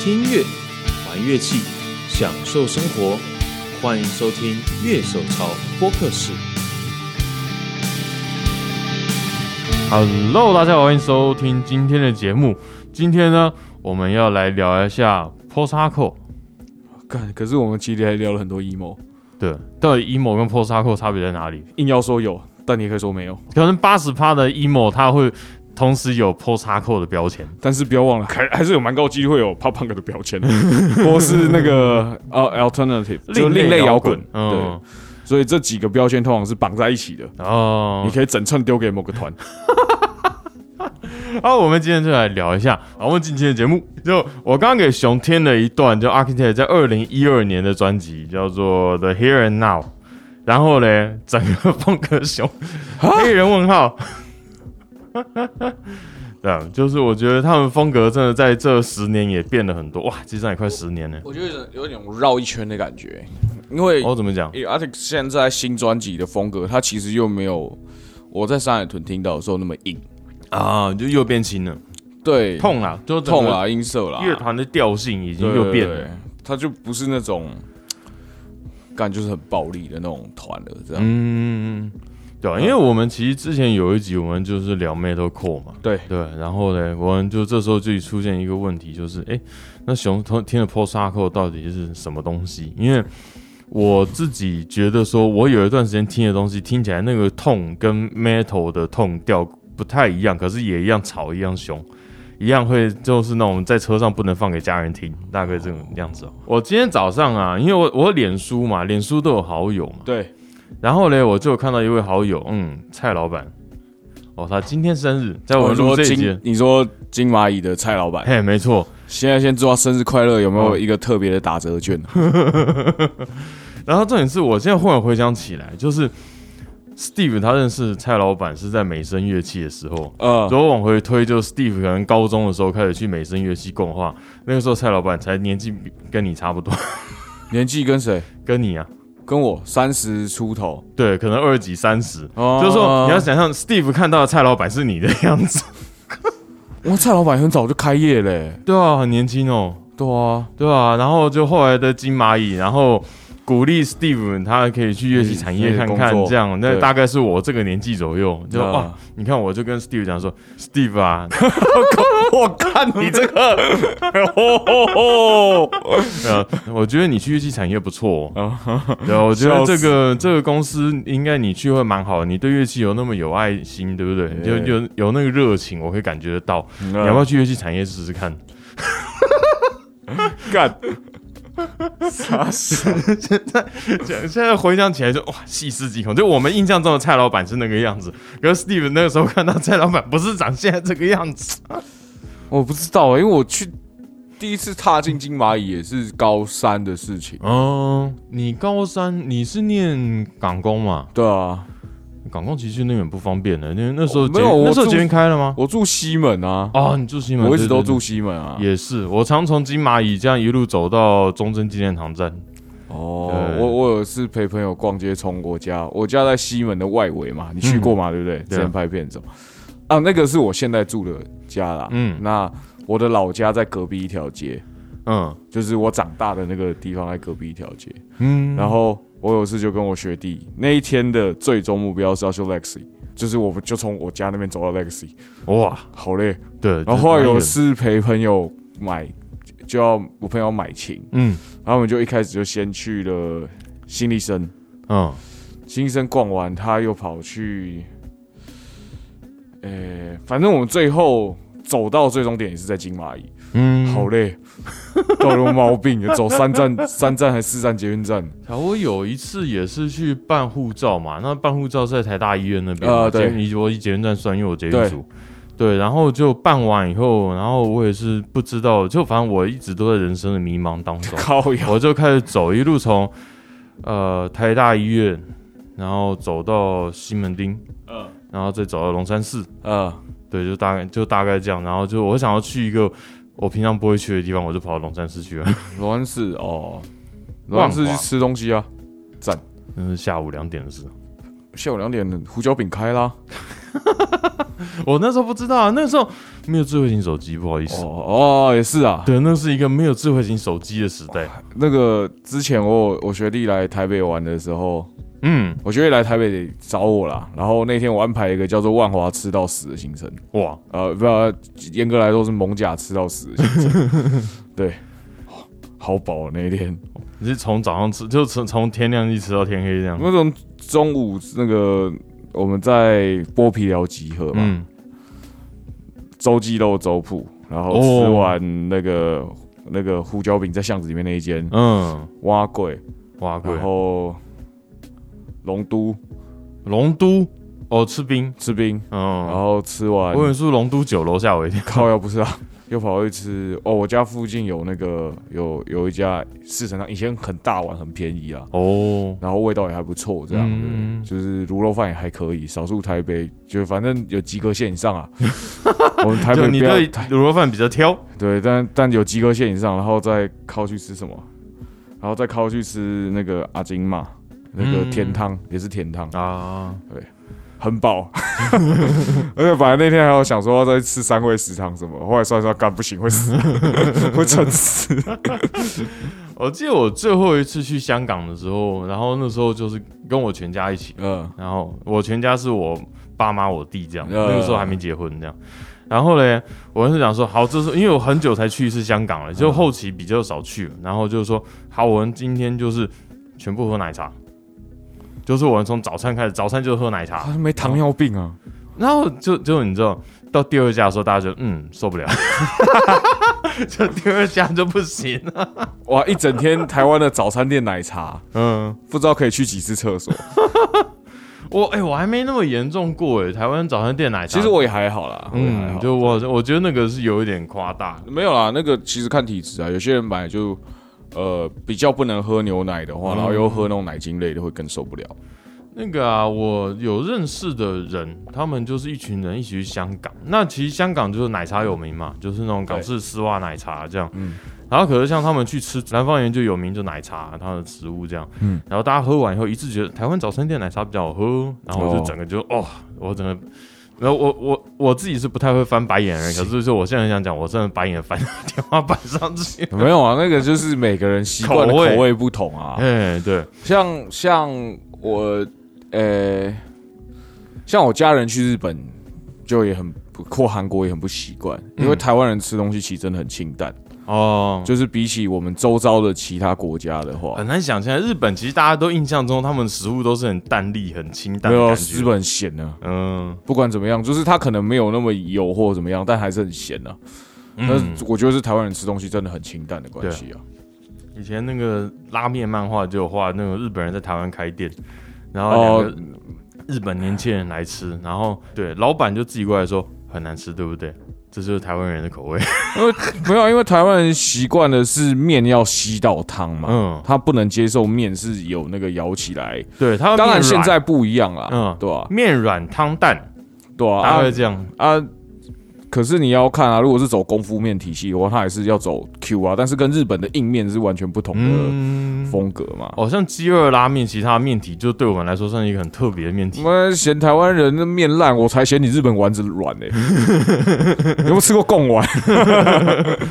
听乐，玩乐器，享受生活，欢迎收听《乐手潮播客室》。 Hello，大家好，欢迎收听今天的节目。今天呢，我们要来聊一下 post hardcore。干，可是我们其实还聊了很多 emo，对，到底 emo 跟 post hardcore 差别在哪里？硬要说有，但你也可以说没有。可能八十趴的 emo 它会同时有 post hardcore 的标签。但是不要忘了，还还是有蛮高机会有 pop punk 的标签， 或是那个呃 alternative，就另类摇滚。嗯，对，所以这几个标签通常是绑在一起的，哦你，可以整串丢给某个团。好，我们今天就来聊一下。好，我们今天的节目，就我刚刚给熊添了一段，就 Architect 在二零一二年的专辑叫做《The Here and Now》，然后嘞，整个放个熊啊黑人问号。 对啊，就是我觉得他们风格真的在这十年也变了很多。哇，其实也快十年了。 我觉得有点绕一圈的感觉，因为我、哦怎么讲？因为 Arctic 现在新专辑的风格，它其实又没有我在山海豚听到的时候那么硬，啊，就又变轻了，对，痛啦，就整个痛啦，音色啦，乐团的调性已经对又变了。对对他就不是那种干就是很暴力的那种团了，这样。嗯，对啊，因为我们其实之前有一集我们就是聊 metalcore 嘛，对，对，然后呢，我们就这时候就出现一个问题，就是哎，诶那熊同听的 post hardcore 到底是什么东西？因为我自己觉得说，我有一段时间听的东西听起来那个痛跟 metal 的痛调不太一样，可是也一样吵，一样凶。一样会就是那种在车上不能放给家人听，大概这种样子哦。我今天早上啊，因为我我脸书嘛，脸书都有好友嘛，对，然后呢，我就有看到一位好友，嗯，蔡老板，哦，他今天生日，在我们录说这一金集，，你说金蚂蚁的蔡老板，嘿，嗯没错。现在先祝他生日快乐，有没有一个特别的打 折券？然后重点是我现在忽然回想起来，就是 Steve 他认识蔡老板是在美声乐器的时候，呃，如果往回推，就是 Steve 可能高中的时候开始去美声乐器共话，那个时候蔡老板才年纪比跟你差不多， 年纪跟谁？跟你啊，跟我三十出头，对，可能二十几三十。哦就是说，你要想象 Steve 看到的蔡老板是你的样子，哇，蔡老板很早就开业嘞，对啊，很年轻哦。对啊，对啊，然后就后来的金蚂蚁，然后鼓励 Steve 他可以去乐器产业看看嗯，这样，那对大概是我这个年纪左右，就啊哇，你看我就跟 Steve 讲说，Steve 啊， 我看你这个， 哦吼吼，呃，我觉得你去乐器产业不错、哦，啊对啊，我觉得笑这死个这个公司应该你去会蛮好的，你对乐器有那么有爱心，对不对？对啊就有有那个热情，我可以感觉得到，你要不要去乐器产业试试看？ 干？傻傻，现现在回想起来就哇细思极恐，就我们印象中的蔡老板是那个样子，可是 Steve 那个时候看到蔡老板不是长现在这个样子。我不知道、因为我去第一次踏进金蚂蚁也是高三的事情。嗯，你高三你是念港工嘛？对啊，港工其实去那边不方便的，因为那时候哦捷没有我那时候住捷运开了吗？我住西门啊，哦，你住西门，我一直对都对住对西门啊。也是，我常从金蚂蚁这样一路走到中正纪念堂站。哦对，我我有一次陪朋友逛街从我家，我家在西门的外围嘛，你去嗯过嘛？对不对？之前拍片子嘛啊，那个是我现在住的家啦。嗯嗯，那我的老家在隔壁一条街，嗯就是我长大的那个地方在隔壁一条街。嗯，然后我有次就跟我学弟，那一天的最终目标是要去 Lexi，就是我们就从我家那边走到 Lexi，哇，好累。对，然后后来有是事陪朋友买，就要我朋友买琴，嗯然后我们就一开始就先去了新力生，嗯新力生逛完，他又跑去，呃、反正我们最后走到最终点也是在金蚂蚁，嗯，好累，到了毛病了，走三站、三站还是四站捷运站，啊，我有一次也是去办护照嘛，那办护照是在台大医院那边嘛，啊对捷运我以捷运站算，因为我捷运对组，对，然后就办完以后，然后我也是不知道，就反正我一直都在人生的迷茫当 中，靠呀，我就开始走，一路从呃台大医院，然后走到西门町，嗯然后再走到龙山寺，呃，对，就大概就大概这样，然后就我想要去一个我平常不会去的地方，我就跑到龙山寺去了， 罗安市哦，罗安市去吃东西啊，那是下午两点的事，下午两点胡椒饼开啦，我那时候不知道啊，那时候没有智慧型手机，不好意思。哦哦，也是啊。对，那是一个没有智慧型手机的时代。那个之前我有我学弟来台北玩的时候，嗯，我学弟来台北找我啦。然后那天我安排一个叫做“万华吃到死”的行程，哇，呃，不要严格来说是蒙甲吃到死的行程。对，好饱哦那一天，你是从早上吃，就从从天亮一直吃到天黑这样。那种中午那个我们在剥皮寮集合嘛，嗯，周记肉粥铺，然后吃完那个、那个胡椒饼，在巷子里面那一间嗯，蛙贵，哇，贵然。后哦龙都龙都哦，吃冰，吃冰，然嗯，后吃完我以为是龙都酒楼，吓我一跳。靠要不是啊， 又跑去吃哦，我家附近有那个有有一家四神汤，以前很大碗，很便宜啊。哦，然后味道也还不错，这样、嗯对，就是卤肉饭也还可以，少数台北就反正有及格线 以上啊。我们台就北你不要对卤肉饭比较挑，对，但但有及格线以上，然后再靠去吃什么？然后再靠去吃那个阿金嘛，那个嗯甜汤、也是甜汤，啊，很饱。 而且本来那天还有想说要再吃三味食堂什么，后来算一算，干不行会死，会撑死。我记得我最后一次去香港的时候，然后那时候就是跟我全家一起， 嗯然后我全家是我爸妈、我弟这样，呃那个时候还没结婚这样。然后嘞，我是想说，好，这是因为我很久才去一次香港了，就后期比较少去了。然后就是说，好，我们今天就是全部喝奶茶，就是我们从早餐开始，早餐就喝奶茶啊，。没糖尿病啊，然后就就你知道，到第二家的时候，大家就嗯受不了，就第二家就不行了。哇，一整天台湾的早餐店奶茶，嗯，不知道可以去几次厕所。我哎、我还没那么严重过哎、台湾早餐店奶茶。其实我也还好啦，我也还嗯，好。就我我觉得那个是有一点夸大。没有啦，那个其实看体质啊，有些人本来就呃比较不能喝牛奶的话，嗯然后又喝那种奶精类的，会更受不了。那个啊，我有认识的人，他们就是一群人一起去香港。那其实香港就是奶茶有名嘛，就是那种港式丝袜奶茶这样。嗯然后可是像他们去吃南方园就有名，就奶茶它的食物这样。嗯然后大家喝完以后一致觉得台湾早餐店奶茶比较好喝，然后我哦就整个就哦我整个。然后我我我自己是不太会翻白眼的人，可是就我现在很想讲，我真的白眼翻到 天花板上去。没有啊，那个就是每个人习惯的口味口味不同啊。哎、 对，像像我，呃、像我家人去日本就也很不或韩国也很不习惯，因为嗯台湾人吃东西其实真的很清淡，哦，就是比起我们周遭的其他国家的话，很难想象，日本其实大家都印象中他们食物都是很淡丽、很清淡没的有感日觉。本很咸呢、嗯，不管怎么样，就是它可能没有那么油或怎么样，但还是很咸啊。但嗯是我觉得是台湾人吃东西真的很清淡的关系啊。以前那个拉面漫画就有画那个日本人在台湾开店，然后哦两个日本年轻人来吃，然后对老板就自己过来说很难吃，对不对？这就是台湾人的口味。因为没有啊，因为台湾人习惯的是面要吸到汤嘛，嗯他不能接受面是有那个咬起来。对，他们当然面现软在不一样啦，嗯嗯，对啊，面软汤淡，对啊大概啊会这样。啊。可是你要看啊，如果是走功夫面体系的话，它还是要走 Q 啊，但是跟日本的硬面是完全不同的嗯，风格嘛。哦，像鸡二拉面，其实它的面体就对我们来说算是一个很特别的面体我。们嫌台湾人的面烂，我才嫌你日本丸子软呢、你有没有吃过贡丸？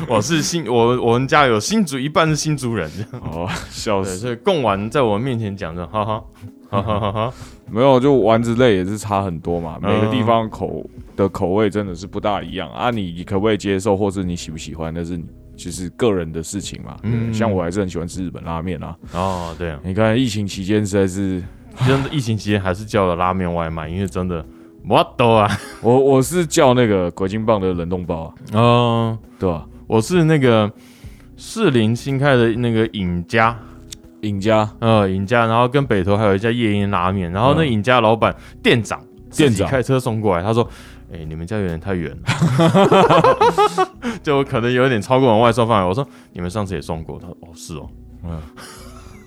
我是新，我我们家有新竹，一半是新竹人。哦，笑对，！所以贡丸在我面前讲着，哈哈，哈哈哈哈，没有，就丸子类也是差很多嘛，嗯每个地方口的口味真的是不大一样啊。你你可不可以接受，或是你喜不喜欢，那是你就是个人的事情嘛。嗯嗯，像我还是很喜欢吃日本拉面啊。哦，对啊，你看疫情期间实在是，真的疫情期间还是叫了拉面外卖，因为真的我都啊，我我是叫那个鬼金棒的冷冻包、啊，嗯，对吧、我是那个士林新开的那个尹家，尹家呃，尹家，然后跟北投还有一家夜宴拉面，然后那嗯尹家老板店长自店己长开车送过来，他说。哎、你们家有点太远了， 就可能有点超过我们外送范围。我说你们上次也送过，他说哦是哦，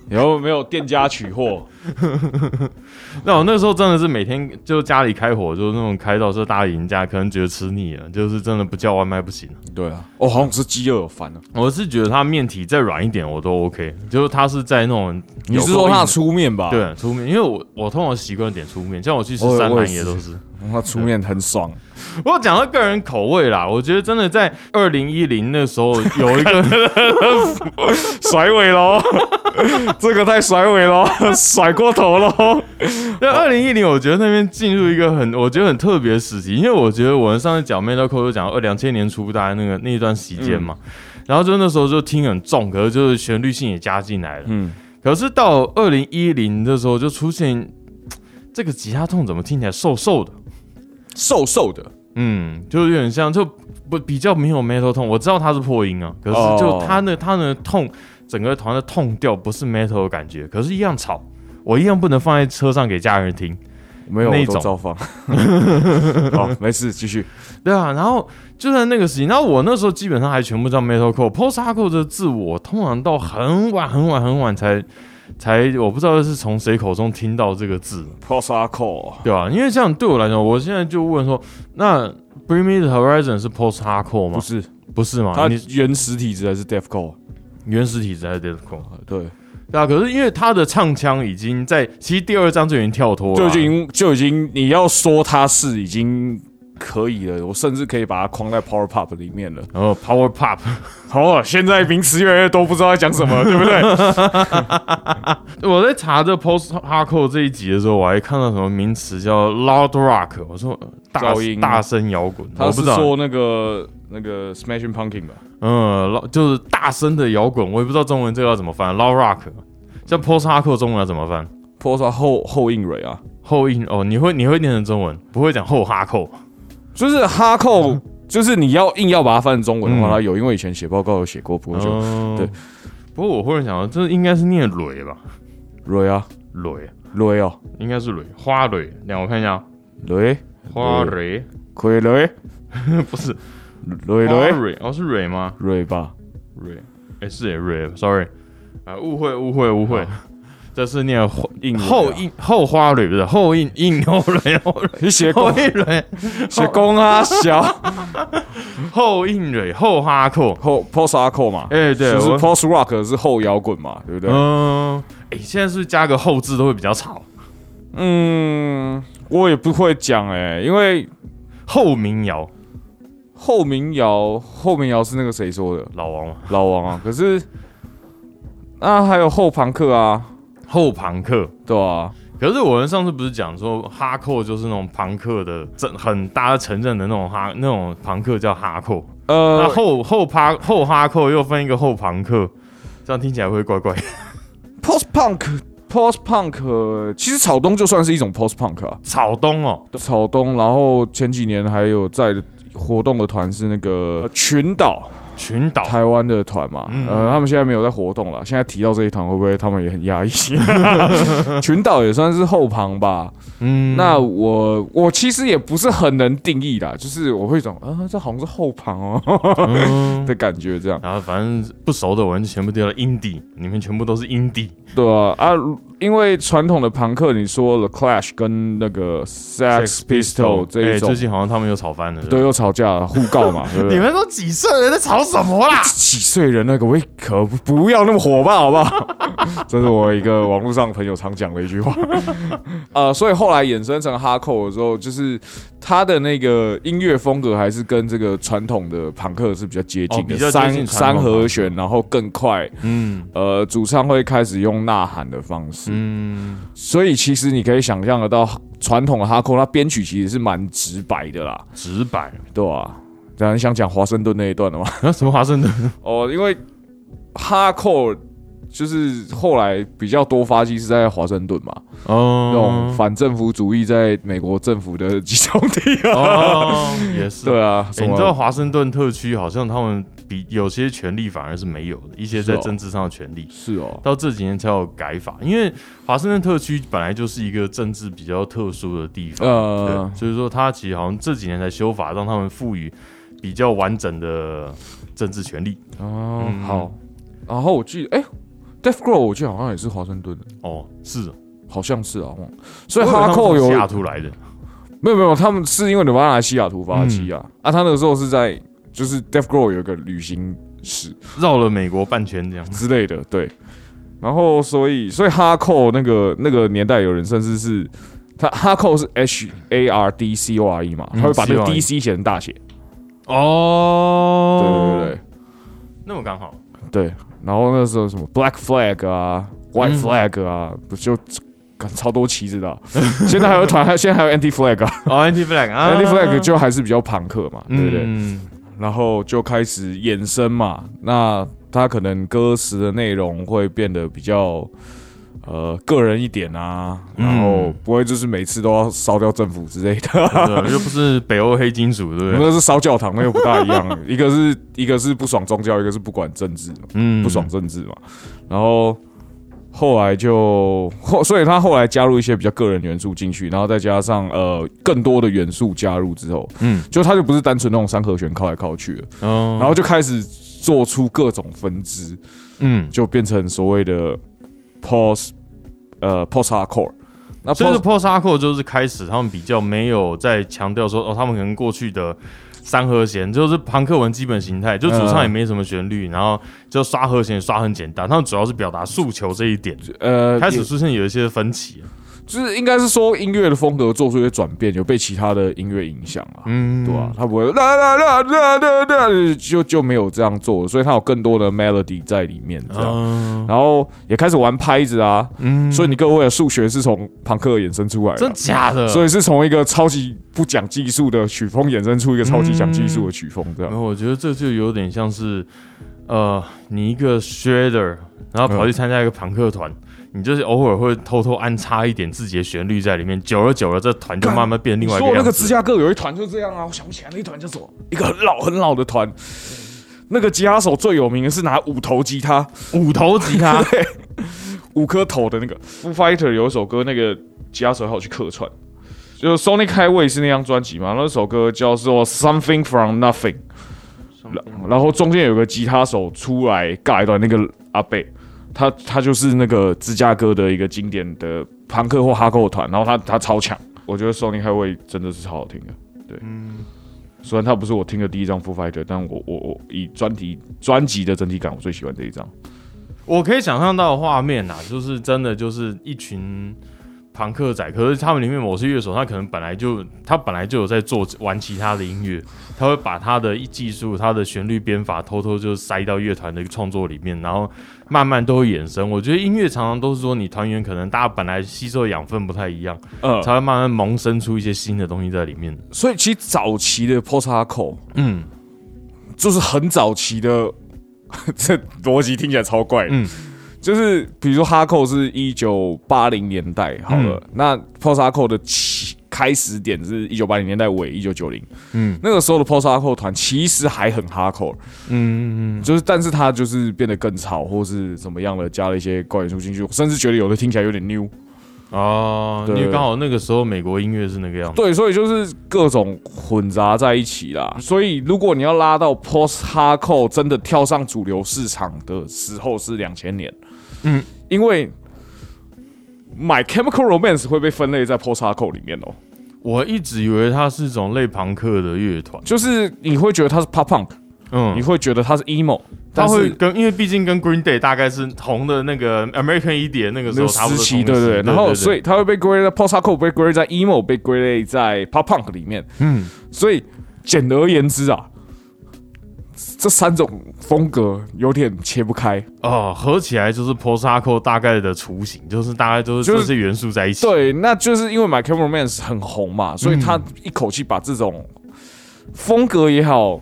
然后没有店家取货，那我那时候真的是每天就家里开火，就是那种开到是大赢家，可能觉得吃腻了，就是真的不叫外卖不行。对啊，哦，好想吃鸡肉，烦啊了、我是觉得它面体再软一点我都 OK，就是它是在那种你是说它它的粗面吧？对粗面，因为我我通常习惯点粗面，像我去吃啊我三我也兰也是都是， 他出面很爽，我讲到个人口味啦，我觉得真的在二零一零那时候有一个甩尾 喽，这个太甩尾 喽，甩过头喽。对，二零一零，我觉得那边进入一个很，我觉得很特别的时期，因为我觉得我们上次讲 Metal Core 就讲二两千年初大概那个那一段时间嘛，嗯然后就那时候就听很重，可是就是旋律性也加进来了，嗯，可是到二零一零的时候就出现这个吉他痛怎么听起来瘦瘦的，瘦瘦的，嗯，就有点像就不比较没有 Metal 痛，我知道它是破音啊，可是就哦它那它的痛，整个团的痛调不是 Metal 的感觉，可是一样吵，我一样不能放在车上给家人听。没有那我种都照 放。好，没事，继续。对啊，然后就在那个时期，然后我那时候基本上还全部叫 metalcore、post hardcore 的字，我通常到很晚很晚很晚才才，我不知道是从谁口中听到这个字， Post hardcore，对吧、因为这样对我来讲，我现在就问说，那 Bring Me the Horizon 是 post hardcore 不吗？是，啊不是嘛？它你原始体质还是 deathcore？原始体质还是 deathcore？对，对啊，可是因为他的唱腔已经在，其实第二章就已经跳脱了啊，就已经就已经，你要说它是已经可以了，我甚至可以把它框在 power pop 里面了。然后 power pop。哦，现在名词越来越多，不知道在讲什 么，对不对？我在查这 post hardcore 这一集的时候，我还看到什么名词叫 loud rock，我说呃大噪音大声摇滚，他我不是知道，说那个那个 Smashing Pumpkin 吧？嗯，老就是大声的摇滚，我也不知道中文这个要怎么翻，loud rock，像 post hardcore 中文要怎么翻？ Post hardcore 后后硬蕊啊，后印哦，你会你会念成中文，不会讲后哈 扣，就是哈 扣，就是你要硬要把它翻成中文的嗯话，它有，因为以前写报告有写过，不过就嗯对。不过我忽然想到，这应该是念蕊吧？蕊啊蕊蕊哦应该是蕊，花蕊。让我看一下，蕊花蕊傀儡 不是蕊花蕊蕊，哦是蕊吗？蕊吧， Ray，哎、是耶 Ray，sorry，啊，误会误会误会，这是念后硬蕊啊后印后花蕊不是后印印后蕊后蕊你 写后 过印蕊写公啊小后印蕊后哈扣， 后 post hardcore 嘛，哎、对，就是我 post rock 是后摇滚嘛，对不对？嗯，哎、现在是不是加个后字都会比较吵，嗯，我也不会讲哎，因为后民谣后民谣后民谣是那个谁说的？老王嘛，老王啊，可是那还有后朋克啊，后朋克。对啊，可是我们上次不是讲说哈扣就是那种朋克的，正很大家承认的那种哈那种朋克叫哈扣，呃那，啊后后趴后哈扣又分一个后朋克，这样听起来会怪怪。 post punk post punk，呃其实草东就算是一种 post punk 啊。草东哦，草东，然后前几年还有在活动的团是那个呃群岛群岛台湾的团嘛，呃，他们现在没有在活动了。现在提到这一团，会不会他们也很 压抑？群岛也算是后旁吧。嗯那我我其实也不是很能定义啦，就是我会一种啊，这好像是后旁哦 的感觉，这样然后反正不熟的我们就全部丢了 indie，你们全部都是 indie，对啊啊，因为传统的朋克，你说 The Clash 跟那个 Sex Pistol 这哎一种最。近好像他们又吵翻了。对，吧，又吵架了，互告嘛，对不对？ 你们都几岁了，在吵什么啦？几岁人那个，我也可不不要那么火爆，好不好？ 这是我一个网络上朋友常讲的一句话。 呃，所以后来衍生成哈扣的时候，就是他的那个音乐风格还是跟这个传统的朋克是比较接近哦比的，较接近传三三统和弦，然后更快。嗯呃，主唱会开始用呐喊的方式，嗯，所以其实你可以想象得到，传统的哈扣它编曲其实是蛮直白的啦，直白。对吧、这样你想讲华盛顿那一段的吗？啊，什么华盛顿？哦，因为哈扣就是后来比较多发迹是在华盛顿嘛，那种哦，反政府主义在美国政府的集中地啊。哦，也 是。对啊，什哎么你知道华盛顿特区好像他们比有些权利反而是没有的，一些在是哦政治上的权利。是哦，到这几年才有改法，因为华盛顿特区本来就是一个政治比较特殊的地方，呃对，所以说他其实好像这几年才修法，让他们赋予比较完整的政治权利。哦嗯好，然后我记得哎，Death Grow 我记得好像也是华盛顿的，哦，是，好像是啊，忘了所以我以为他哈们扣从有西雅图来的，没有没有，他们是因为纽巴拿西雅图发迹啊，嗯啊，他那个时候是在就是 Death Grow 有一个旅行史，绕了美国半圈这样。之类的，对。然后所以所以哈扣那个那个年代有人甚至是它哈扣是 H A R D C O R E 嘛，嗯它会把那 C 个 O R E D C 写成大写。对哦，对对那么刚好，对对。然后那时候什么 Black Flag 啊，White 嗯 Flag 啊，不就干超多旗子的啊、现在还有团，还现在还有 Anti Flag 啊哦，anti flag 啊，Anti Flag 啊就还是比较朋克嘛，对不对？嗯然后就开始衍生嘛。那他可能歌词的内容会变得比较呃个人一点啊，嗯然后不会就是每次都要烧掉政府之类的。对又不是北欧黑金属，对不对？那是烧教堂，那又不大一样。一个是一个是不爽宗教，一个是不管政治，嗯，不爽政治嘛。然后后来就后，所以他后来加入一些比较个人元素进去，然后再加上呃更多的元素加入之后，嗯，就他就不是单纯那种三和弦靠来靠去了，哦，然后就开始做出各种分支，嗯，就变成所谓的 post 呃 post hardcore。那所以 post post hardcore 就是开始他们比较没有在强调说哦，他们可能过去的三和弦就是朋克文基本形态，嗯就主唱也没什么旋律，然后就刷和弦刷很简单，他们主要是表达诉求这一点，呃开始出现有一些分歧，就是应该是说音乐的风格做出一些转变，有被其他的音乐影响啊，嗯，对吧、他不会啦啦啦啦啦啦，就就没有这样做了，所以他有更多的 melody 在里面，这样，嗯，然后也开始玩拍子啊，嗯所以你各位的数学是从朋克衍生出来的，真假的，啊所以是从一个超级不讲技术的曲风衍生出一个超级讲技术的曲风，这然样，后我觉得这就有点像是，呃，你一个 shredder，然后跑去参加一个朋克团，你就是偶尔会偷偷安插一点自己的旋律在里面，久而久了，这团就干慢慢变另外一说个那个样芝子。加哥有一团就这样啊，我想不起来那一团叫什么，一个很老很老的团，那个吉他手最有名的是拿五头吉他。五头吉他 对，五颗头的那个 Foo Fighter 有一首歌，那个吉他手还有去客串，就是 Sonic Highway 是那张专辑嘛，那首歌叫做 Something from Nothing，然然后中间有个吉他手出来尬一段，那个阿贝，他他就是那个芝加哥的一个经典的朋克或哈扣团，然后他他超强，我觉得 Sonic Highway 真的是超好听的，对，虽然它不是我听的第一张 Foo Fighter，但我我我以专辑专辑的整体感，我最喜欢这一张。我可以想象到的画面啊，就是真的就是一群朋克仔，可是他们里面某些乐手，他可能本来就他本来就有在做玩其他的音乐，他会把他的技术、他的旋律编法偷偷就塞到乐团的创作里面，然后慢慢都会衍生。我觉得音乐常常都是说，你团员可能大家本来吸收的养分不太一样，呃才会慢慢萌生出一些新的东西在里面。所以其实早期的 post hardcore 嗯，就是很早期的， 这逻辑听起来超怪的。嗯就是比如说哈扣是一九八零年代好了，嗯那 post hardcore 的起开始点是一九八零年代尾一九九零，嗯嗯，那个时候的 post hardcore 团其实还很哈扣，嗯嗯就是但是它就是变得更吵或是怎么样了，加了一些怪元素进去，我甚至觉得有的听起来有点 new。哦，因对为刚好那个时候美国音乐是那个样子。对，所以就是各种混杂在一起啦。所以如果你要拉到 post hardcore 真的跳上主流市场的时候是两千年，嗯嗯，因为买 Chemical Romance 会被分类在 post hardcore 里面哦，我一直以为它是一种类朋克的乐团。就是你会觉得它是 pop punk，、你嗯，会觉得它是 emo，他但会是跟，因为毕竟跟 Green Day 大概是同的那个 American EDM 那个时候那个差不时多期，同对时对对，然后所对以它会被归类在 post hardcore，被归类在 emo，被归类在 pop punk 里面。嗯，所以简而言之啊，这三种风格有点切不开。哦，合起来就是 post hardcore 大概的雏形，就是大概就是就这是些元素在一起。，对，那就是因为 My Chemical Romance 很红嘛，所以他一口气把这种风格也好，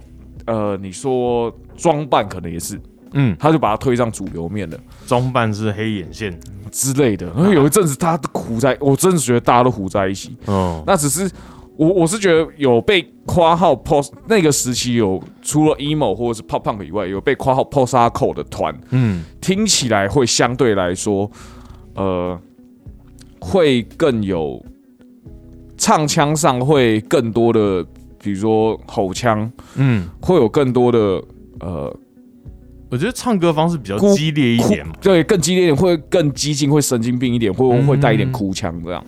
呃，你说装扮可能也是，嗯，他就把它推上主流面了装扮是黑眼线。之类的。然后有一阵子大家都糊在，我真的觉得大家都糊在一起。哦，那只是我我是觉得有被夸号 post 那个时期有除了 emo 或者是 pop punk 以外，有被夸号 post hardcore 的团，嗯，听起来会相对来说，呃，会更有唱腔上会更多的，比如说吼腔，嗯，会有更多的呃我觉得唱歌方式比较哭激烈一哭点嘛。对，更激烈一点，会更激进，会神经病一点，会会带一点嗯哭腔这样。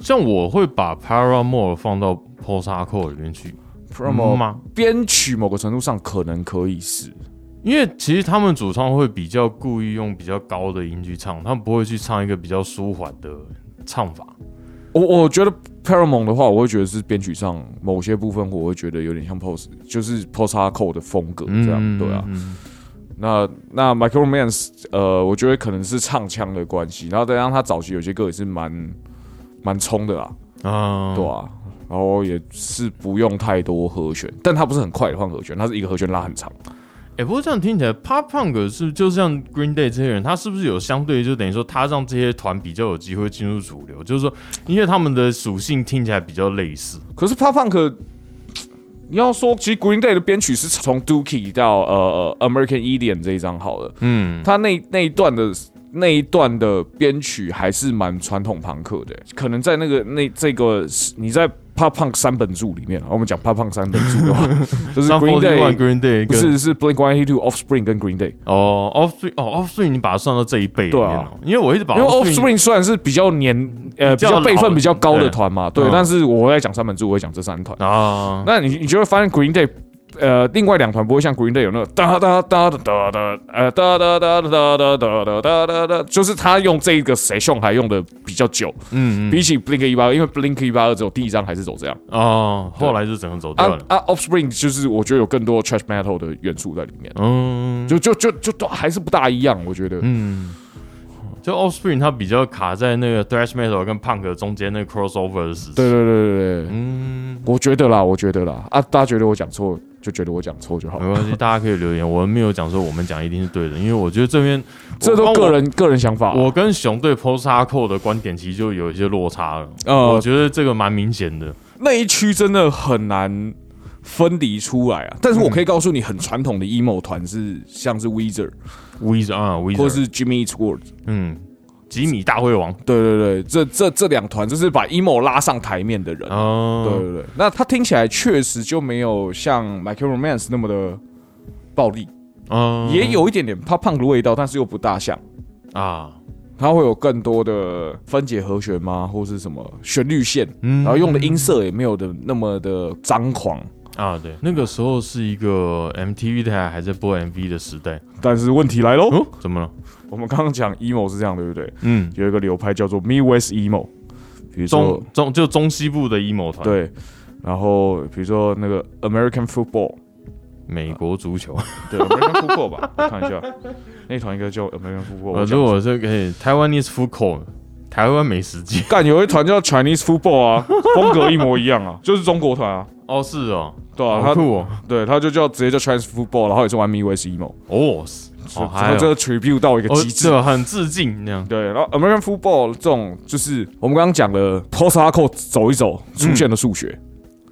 像我会把 Paramore 放到 post hardcore 里面去 promo 吗？嗯编曲某个程度上可能可以是，因为其实他们主唱会比较故意用比较高的音去唱，他们不会去唱一个比较舒缓的唱法。我我觉得 Paramount 的话，我会觉得是编曲上某些部分，我会觉得有点像 Post，就是 Post Hardcore 的风格这样，对啊。嗯那那 Micromance，呃，我觉得可能是唱腔的关系，然后再加上他早期有些歌也是蛮蛮冲的啦，啊，对啊。然后也是不用太多和弦，但它不是很快的换和弦，它是一个和弦拉很长。哎、不过这样听起来，Pop Punk 是就像 Green Day 这些人，他是不是有相对就等于说，他让这些团比较有机会进入主流？就是说，因为他们的属性听起来比较类似，可是 Pop Punk，你要说其实 Green Day 的编曲是从 Dookie 到呃呃 American Idiom 这一张好了，嗯，他那那一段的那一段的编曲还是蛮传统朋克的，可能在那个那这个你在 Pop Punk 三本柱里面，我们讲 Pop Punk 三本柱的 话，就是像 One Green Day。 Green Day 不跟是，是 Blink One Eighty Two、Offspring 跟 Green Day，哦 Offspring 哦 Offspring，你把它算到这一辈里面对哦啊，因为我一直把因为 Offspring 虽然是比较年呃比比较较辈老分的比较高对的团嘛，对嗯，但是我在讲三本柱，我会讲这三团。啊，那你你就会发现 Green Day，呃，另外两团不会像 Green Day 有那个哒哒哒哒哒哒，呃哒哒哒哒哒哒哒哒哒哒，就是他用这个谁凶还用的比较久，嗯嗯比起 Blink 一八二，因为 Blink 一八二只有第一张还是走这样哦，后来就整个走啊掉了，啊，Offspring 就是我觉得有更多 Trash Metal 的元素在里面，嗯，就就就就都还是不大一样，我觉得。嗯，就 Offspring 它比较卡在那个 Thrash Metal 跟 Punk 中间那个 crossover 的时期。对对对对对，嗯，我觉得啦，我觉得啦，啊，大家觉得我讲错就觉得我讲错就好没了，关系，大家可以留言。我们没有讲说我们讲一定是对的，因为我觉得这边这我都帮我个人个人想法。啊我跟熊对 Post Hardcore 的观点其实就有一些落差了。呃我觉得这个蛮明显的。那一区真的很难分离出来啊。但是我可以告诉你，很传统的 emo 团是像是 Weezer Wiz 啊，Wiz，或是 Jimmy Eat World，嗯，吉米大胃王对对对，这这这两团就是把 emo 拉上台面的人。哦，对对对，那他听起来确实就没有像 m i c h a e Romance 那么的暴力，嗯也有一点点 pop punk 的味道，但是又不大像。啊，它会有更多的分解和弦吗，或是什么旋律线，嗯嗯然后用的音色也没有的那么的张狂。啊，对，那个时候是一个 MTV 台还在播 MV 的时代。但是问题来喽，哦，怎么了？我们刚刚讲 emo 是这样，对不对？嗯，有一个流派叫做 Midwest emo，比如说中中就中西部的 emo 团，，对，然后比如说那个 American football，美国足球。对 American football 吧，我看一下，那团应该叫 American football 我我觉得讲错。呃我是可以台湾 is food court，台湾美食街。干有一团叫 Chinese football 啊，风格一模一样啊，就是中国团啊，哦，是哦，对啊，好他酷哦，对他就叫直接叫 Chinese football，然后也是玩 Midwest emo，哦，是所哦，以还他有这个 tribute 到一个哦，极致这。个很致敬那样。对，然后 American football 这种就是我们刚刚讲的 post hardcore 走一走出现的数学，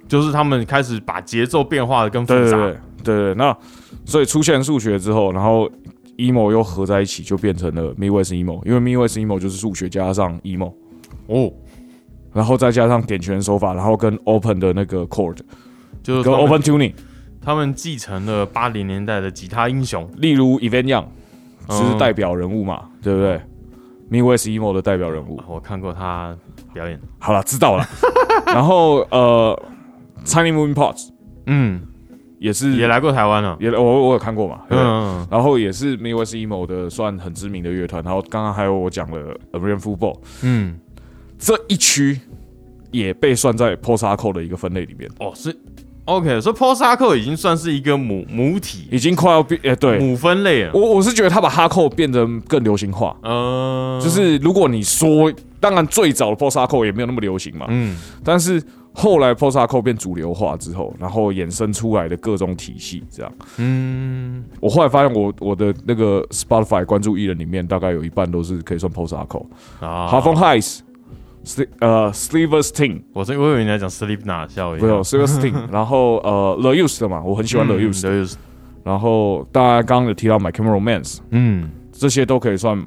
就是他们开始把节奏变化的更复对对杂。对对对，那所以出现数学之后，然后 emo 又合在一起，就变成了 Midwest emo，因为 Midwest emo 就是数学加上 emo，哦，然后再加上点拳手法，然后跟 open 的那个 chord，就是跟他 open 们 tuning，他们继承了八零年代的吉他英雄，例如 Evan Young 嗯是代表人物嘛，对不对？Midwest emo 的代表人物，我看过他表演。好了，知道了。 然后呃，Tiny Moving Parts 嗯，也是也来过台湾了。也我我有看过嘛，对不对嗯，然后也是 Midwest emo 的算很知名的乐团，然后刚刚还有我讲了 American football。嗯，这一区也被算在 post hardcore 的一个分类里面，哦是，OK，所以 post hardcore 已经算是一个母母体已经快要变诶、呃对哦母分类了。我我是觉得他把 hardcore 变得更流行化，嗯，就是如果你说，当然最早的 post hardcore 也没有那么流行嘛，嗯但是后来 post hardcore 变主流化之后，然后衍生出来的各种体系，这样。嗯，我后来发现我我的那个 Spotify 关注艺人里面，大概有一半都是可以算 post hardcore，啊，哈风 Highs。Sli 呃 s l e e v e r s t i n 我是我以为你在讲 Sleep Now 效应，没有 s l e e v e r s t i n 然后呃 The Used 嘛，我很喜欢 The 嗯 Used， The Used，然后大家刚刚有提到 My Camera Romance，嗯，这些都可以算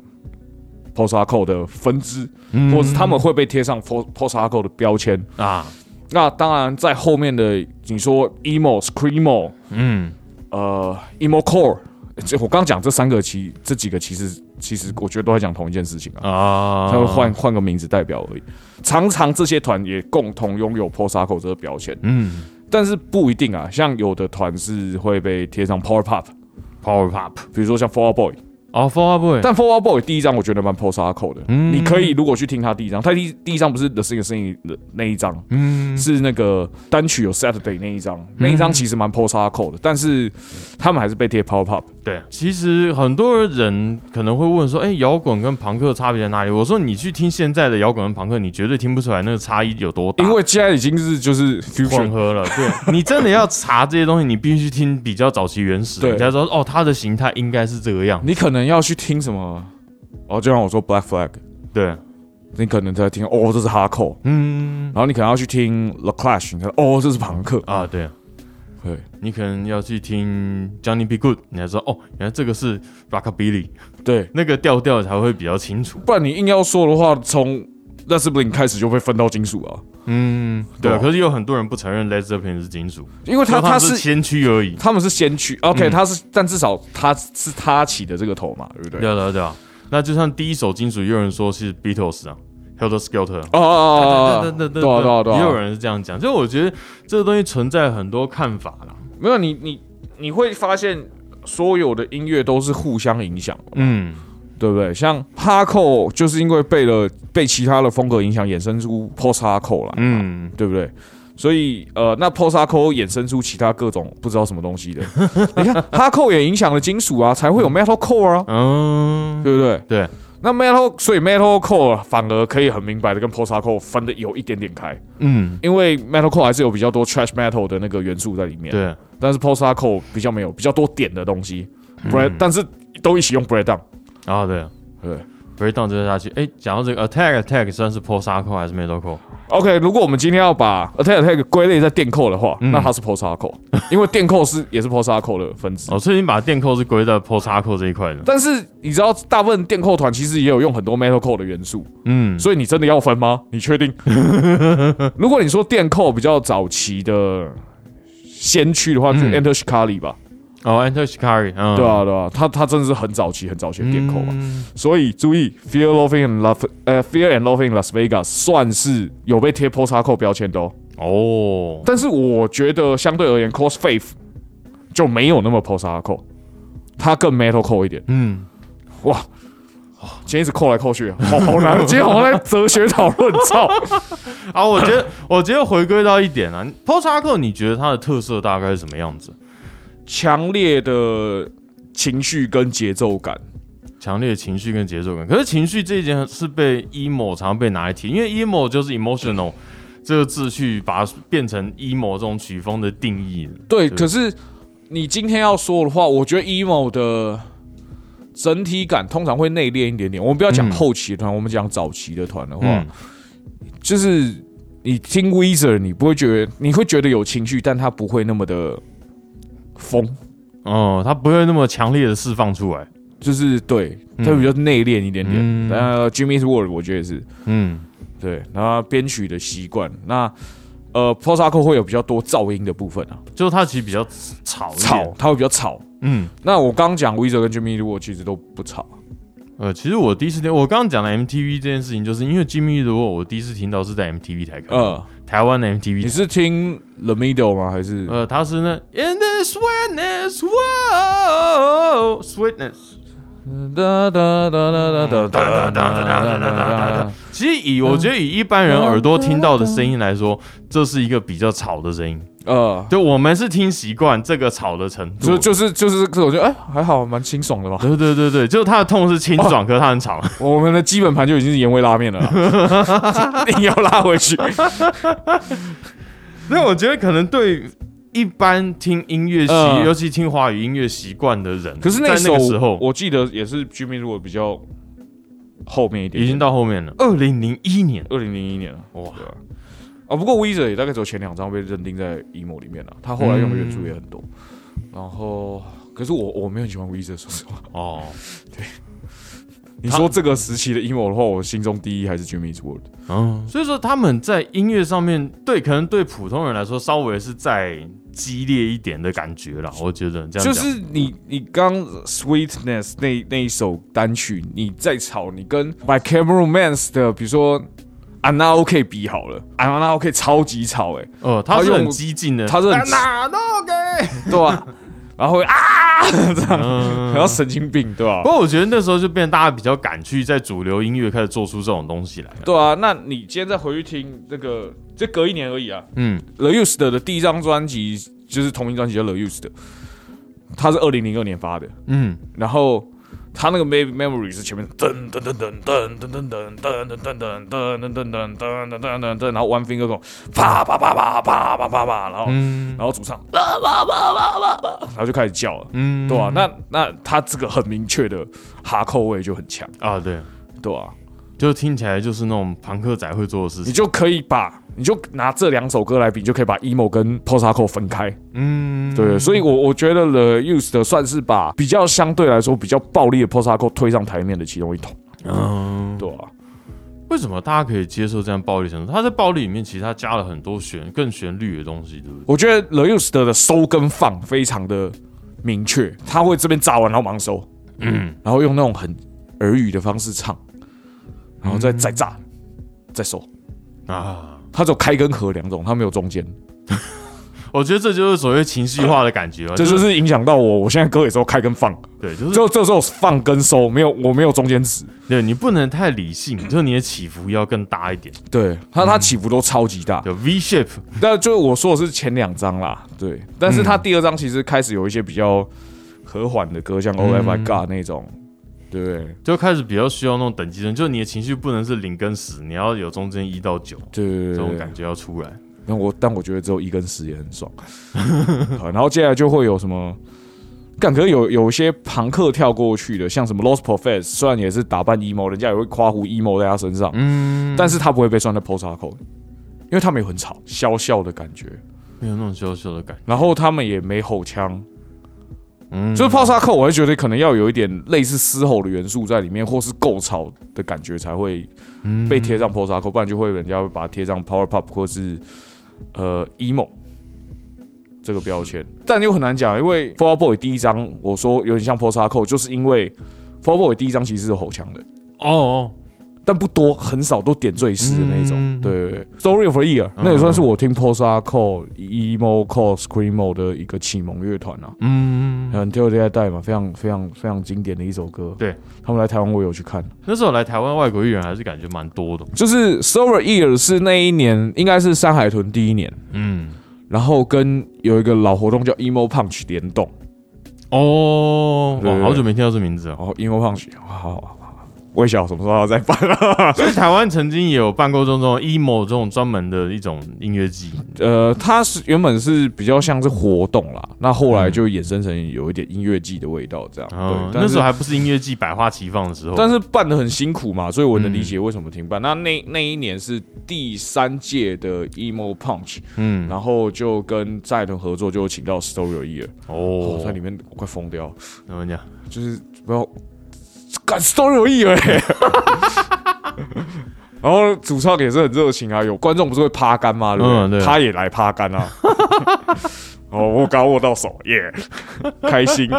post hardcore 的分支，嗯或者是他们会被贴上 post post hardcore 的标签。啊，那当然，在后面的你说 emo、screamo、嗯，呃 emo core，这我刚讲这三个其这几个其实其实我觉得都在讲同一件事情啊，啊，他会换换个名字代表而已。常常这些团也共同拥有 post hardcore 这个标签，嗯但是不一定啊。像有的团是会被贴上 power pop， ，Power Pop，比如说像 Fall Out Boy，哦 f o u r Boy，但 Four Out Boy 第一张我觉得蛮 post hardcore 的，嗯你可以如果去听他第一张，他第第一张不是 The Sing Sing 的那一张，嗯是那个单曲有 Saturday 那一张，那一张其实蛮 post hardcore 的，但是他们还是被贴 Power Pop。对，其实很多人可能会问说，哎、摇滚跟朋克差别在哪里？我说你去听现在的摇滚跟朋克，你绝对听不出来那个差异有多大，因 为现在已经是就是混 fusion，合了。对，你真的要查这些东西，你必须听比较早期原始的，对你才知道哦，它的形态应该是这个样子。你可能要去听什么？哦，就像我说 Black Flag，对，你可能在听哦，这是 hardcore，嗯然后你可能要去听 The Clash，你看哦，这是朋克。啊，对，对，你可能要去听 Johnny B Good，你才知道哦，原来这个是 Rockabilly，对，那个调调才会比较清楚。不然你硬要说的话，从 Led Zeppelin 开始就会分到金属啊，嗯，对啊。对啊可是有很多人不承认 Led Zeppelin 是金属，因为他他他们是先驱而已。他们是先驱，OK，、嗯他是，但至少他是他起的这个头嘛，对不对？对啊对啊对啊，那就像第一首金属，也有人说是 Beatles 啊，Helter Skelter。哦哦哦哦，对对对对啊对啊对啊也有人是这样讲，就我觉得这个东西存在很多看法啦。没有你你你会发现所有的音乐都是互相影响，嗯，对不对？像 Hardcore 就是因为被了被其他的风格影响，衍生出 Post Hardcore 啦，嗯，对不对？所以，呃，那 post hardcore 衍生出其他各种不知道什么东西 的，你看 hardcore 也影响了金属啊，才会有 metal core 啊，嗯，对不对？对，那 metal 所以 metal core 反而可以很明白的跟 post hardcore 分的有一点点开，嗯，因为 metal core 还是有比较多 trash metal 的那个元素在里面，。对，但是 post hardcore 比较没有，比较多点的东西，break，、但是都一起用 breakdown，啊对，对。 breakdown 这个下去，哎，讲到这个 attack attack 算是 post hardcore 还是 metal core？ OK，如果我们今天要把 attack attack 归类在电扣的话，那它是 post hardcore，因为电扣是也是 post hardcore 的分支。哦，所以你把电扣是归在 post hardcore 这一块的。但是你知道，大部分电扣团其实也有用很多 metal core 的元素，嗯，所以你真的要分吗？你 确定？如果你说电扣比较早期的先驱的话，就嗯 Enter Shikari 吧，哦，Enter Shikari，嗯，对啊，对啊，他他真的是很早期、很早期的电扣啊。嗯所以注意，Fear Loving in Las 呃 Fear and Loving in Las Vegas 算是有被贴 post hardcore 标签的哦。哦，但是我觉得相对而言，Cross Faith 就没有那么 post hardcore，它更 metal core 一点。嗯，哇，哦今天一直扣来扣去，好好 难。今天好像在哲学讨论，操！啊，我觉得， 我觉得回归到一点啊，post hardcore 你觉得它的特色大概是什么样子？ 强烈的情绪跟节奏感，强烈的情绪跟节奏感。可是情绪这一件是被 emo 常常被拿来提，因为 emo 就是 emotional 这个字去把它变成 emo 这种曲风的定义。对。对可是你今天要说的话，我觉得 emo 的。整体感通常会内敛一点点。我们不要讲嗯后期的团，我们讲早期的团的话，嗯，就是你听 Weezer，你不会觉得，你会觉得有情绪，但它不会那么的疯，哦，它不会那么强烈的释放出来。就是对，嗯它比较内敛一点点。嗯呃，Jimmy's World 我觉得也是嗯对，然后编曲的习惯，那呃 p o s t a c o 会有比较多噪音的部分啊，就是它其实比较吵一点吵，。它会比较吵。嗯，那我刚讲 Weezer 跟 Jimmy World 其实都不吵，呃，其实我第一次听，我刚刚讲的 MTV 这件事情，就是因为 Jimmy 如果我第一次听到是在 MTV 台看的，呃，台湾的 MTV 你是听 The Middle 吗？还是呃，他是那 In this sweetness, wow, sweetness。哒哒哒哒哒哒哒哒哒哒哒？其实以我觉得以一般人耳朵听到的声音来说，这是一个比较吵的声音。呃，对，我们是听习惯这个吵的程就度。就是就是这种，就哎还好，蛮清爽的 吧。对对对对，就是它的痛是清爽，可是它很吵。我们的基本盘就已经是盐味拉面了 啦，硬要拉回去。 所以我觉得可能对一般听音乐习，嗯尤其听华语音乐习惯的人，可是在那那首个时候我记得也是 Jimmy 如果比较后面一点，已经到后面了，二零零一年二零零一年了。哇。对啊，啊，不过 Weezer 也大概只有前两张被认定在 emo 里面了，啊他后来用的元素也很多。然后，可是我我没有很喜欢 Weezer，说实话。哦你说这个时期的 emo 的话，我心中第一还是 Jimmy's World。嗯，所以说他们在音乐上面，对可能对普通人来说稍微是再激烈一点的感觉啦，我觉得这样讲就是你你刚 Sweetness 那那一首单曲，你在吵，你跟 By Camera Mans 的，比如说。I'm not OK 比好了，I'm not OK 超级吵哎、欸，呃，他是很激进的，他是很哪都 OK，对吧、然后会啊这样，嗯然后神经病，对吧不？过我觉得那时候就变，大家比较敢去在主流音乐开始做出这种东西来。对啊，那你今天再回去听这个，这隔一年而已啊。嗯， The Used 的第一张专辑就是同名专辑叫 The Used，它是二零零二年发的，嗯，然后他那个 Maybe Memory 是前面噔噔噔噔噔噔噔噔噔噔噔噔噔噔噔噔噔噔噔，然后 One Finger 啪啪啪啪啪啪啪啪，然后然后主唱啪啪啪啪啪啪，然后就开始叫了，嗯对吧、那那他这个很明确的哈扣味就很强，啊，对，对吧、就听起来就是那种朋克仔会做的事你情。就可以把，你就拿这两首歌来比，你就可以把 emo 跟 post hardcore 分开。嗯，对，所以我我觉得 The Used 算是把比较相对来说比较暴力的 post hardcore 推上台面的其中一头，嗯，对啊，为什么大家可以接受这样暴力程度？他在暴力里面其实他加了很多旋更旋律的东西，对不对？我觉得 The Used 的收跟放非常的明确，他会这边炸完然后忙收，嗯，然后用那种很耳语的方式唱，然后再、再炸，再收。啊，他只有开跟合两种，他没有中间，我觉得这就是所谓情绪化的感觉啊，这就是影响到我。我现在歌也只有开跟放，对，就是就这时候放跟收，没有我没有中间值。对你不能太理性，就是你的起伏要更大一点，对嗯他，他起伏都超级大。有 V shape，但就是我说的是前两张啦，对。但是他第二张其实开始有一些比较和缓的歌，像《Oh My God》那种，对不对？就开始比较需要那种等级的，就是你的情绪不能是零跟十，你要有中间一到九对对这种对对感。觉要出来。那我但我觉得只有一跟十也很爽。 好然后接下来就会有什么？干，可是有有些朋克跳过去的，像什么 Lost Prophets，虽然也是打扮 emo，人家也会夸胡 emo 在他身上，嗯，但是他不会被算在 post hardcore，因为他们也很吵，笑笑的感觉，没有那种羞羞的感觉。然后他们也没吼腔，嗯，就是泡沙扣，我会觉得可能要有一点类似嘶吼的元素在里面，或是够吵的感觉才会被贴上泡沙扣，不然就会人家会把它贴上 power pop 或是呃 emo 这个标签。但又很难讲，因为 f o u r boy 第一张我说有点像泡沙扣，就是因为 f o u r boy 第一张其实是有吼腔的，哦哦，但不多，很少都点缀式的那种。嗯对对对，Story of the Year、那也算是我听 post hardcore、emo、core、screamo 的一个启蒙乐团啊。嗯，很丢在带嘛，非常非常非常经典的一首歌。对，他们来台湾我有去看，那时候来台湾外国艺人还是感觉蛮多的。就是《Sober Ear》是那一年，应该是山海豚第一年，嗯，然后跟有一个老活动叫 Emo Punch 联动，哦，对对哇，对好久没听到这名字哦。然后 Emo Punch，好好好好，微笑什么时候要再办 啊？所以台湾曾经也有办过这种 emo 这种专门的一种音乐季。呃，它是原本是比较像是活动啦，那后来就衍生成有一点音乐季的味道这样。嗯哦，对，那但时是候还不是音乐季百花齐放的时候。但是办的很辛苦嘛，所以我能嗯理解为什么停办。那那那一年是第三届的 Emo Punch，嗯，然后就跟张海豚合作，就请到 Story of Year，我、哦，在里面我快疯掉，怎么讲？就是不要干 Story of Year，、欸、 然后主唱也是很热情啊，有观众不是会趴杆吗？对不对？嗯对他也来趴杆 啊。哦，我刚握到手，耶、开心。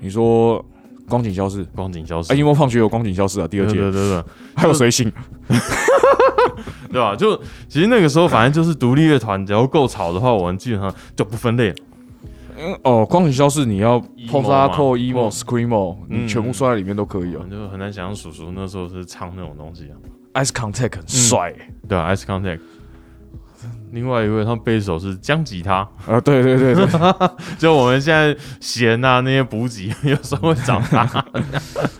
你说光景消逝，光景消失啊，。因为放学有光景消逝啊，第对二对届对对，还有随性，对吧？就其实那个时候，反正就是独立乐团，只要够吵的话，我们基本上就不分类了。嗯哦，光哦景消逝你要 Emo 碰沙扣、嘛 emo、screamo，嗯你全部摔在里面都可以我哦。们就很难想象叔叔那时候是唱那种东西啊。 Ice Contact 很帅欸，对啊，Ice Contact。另外一位，他们贝斯手是江吉他，啊，对对 对对，就我们现在弦啊那些补给 有时候会长大。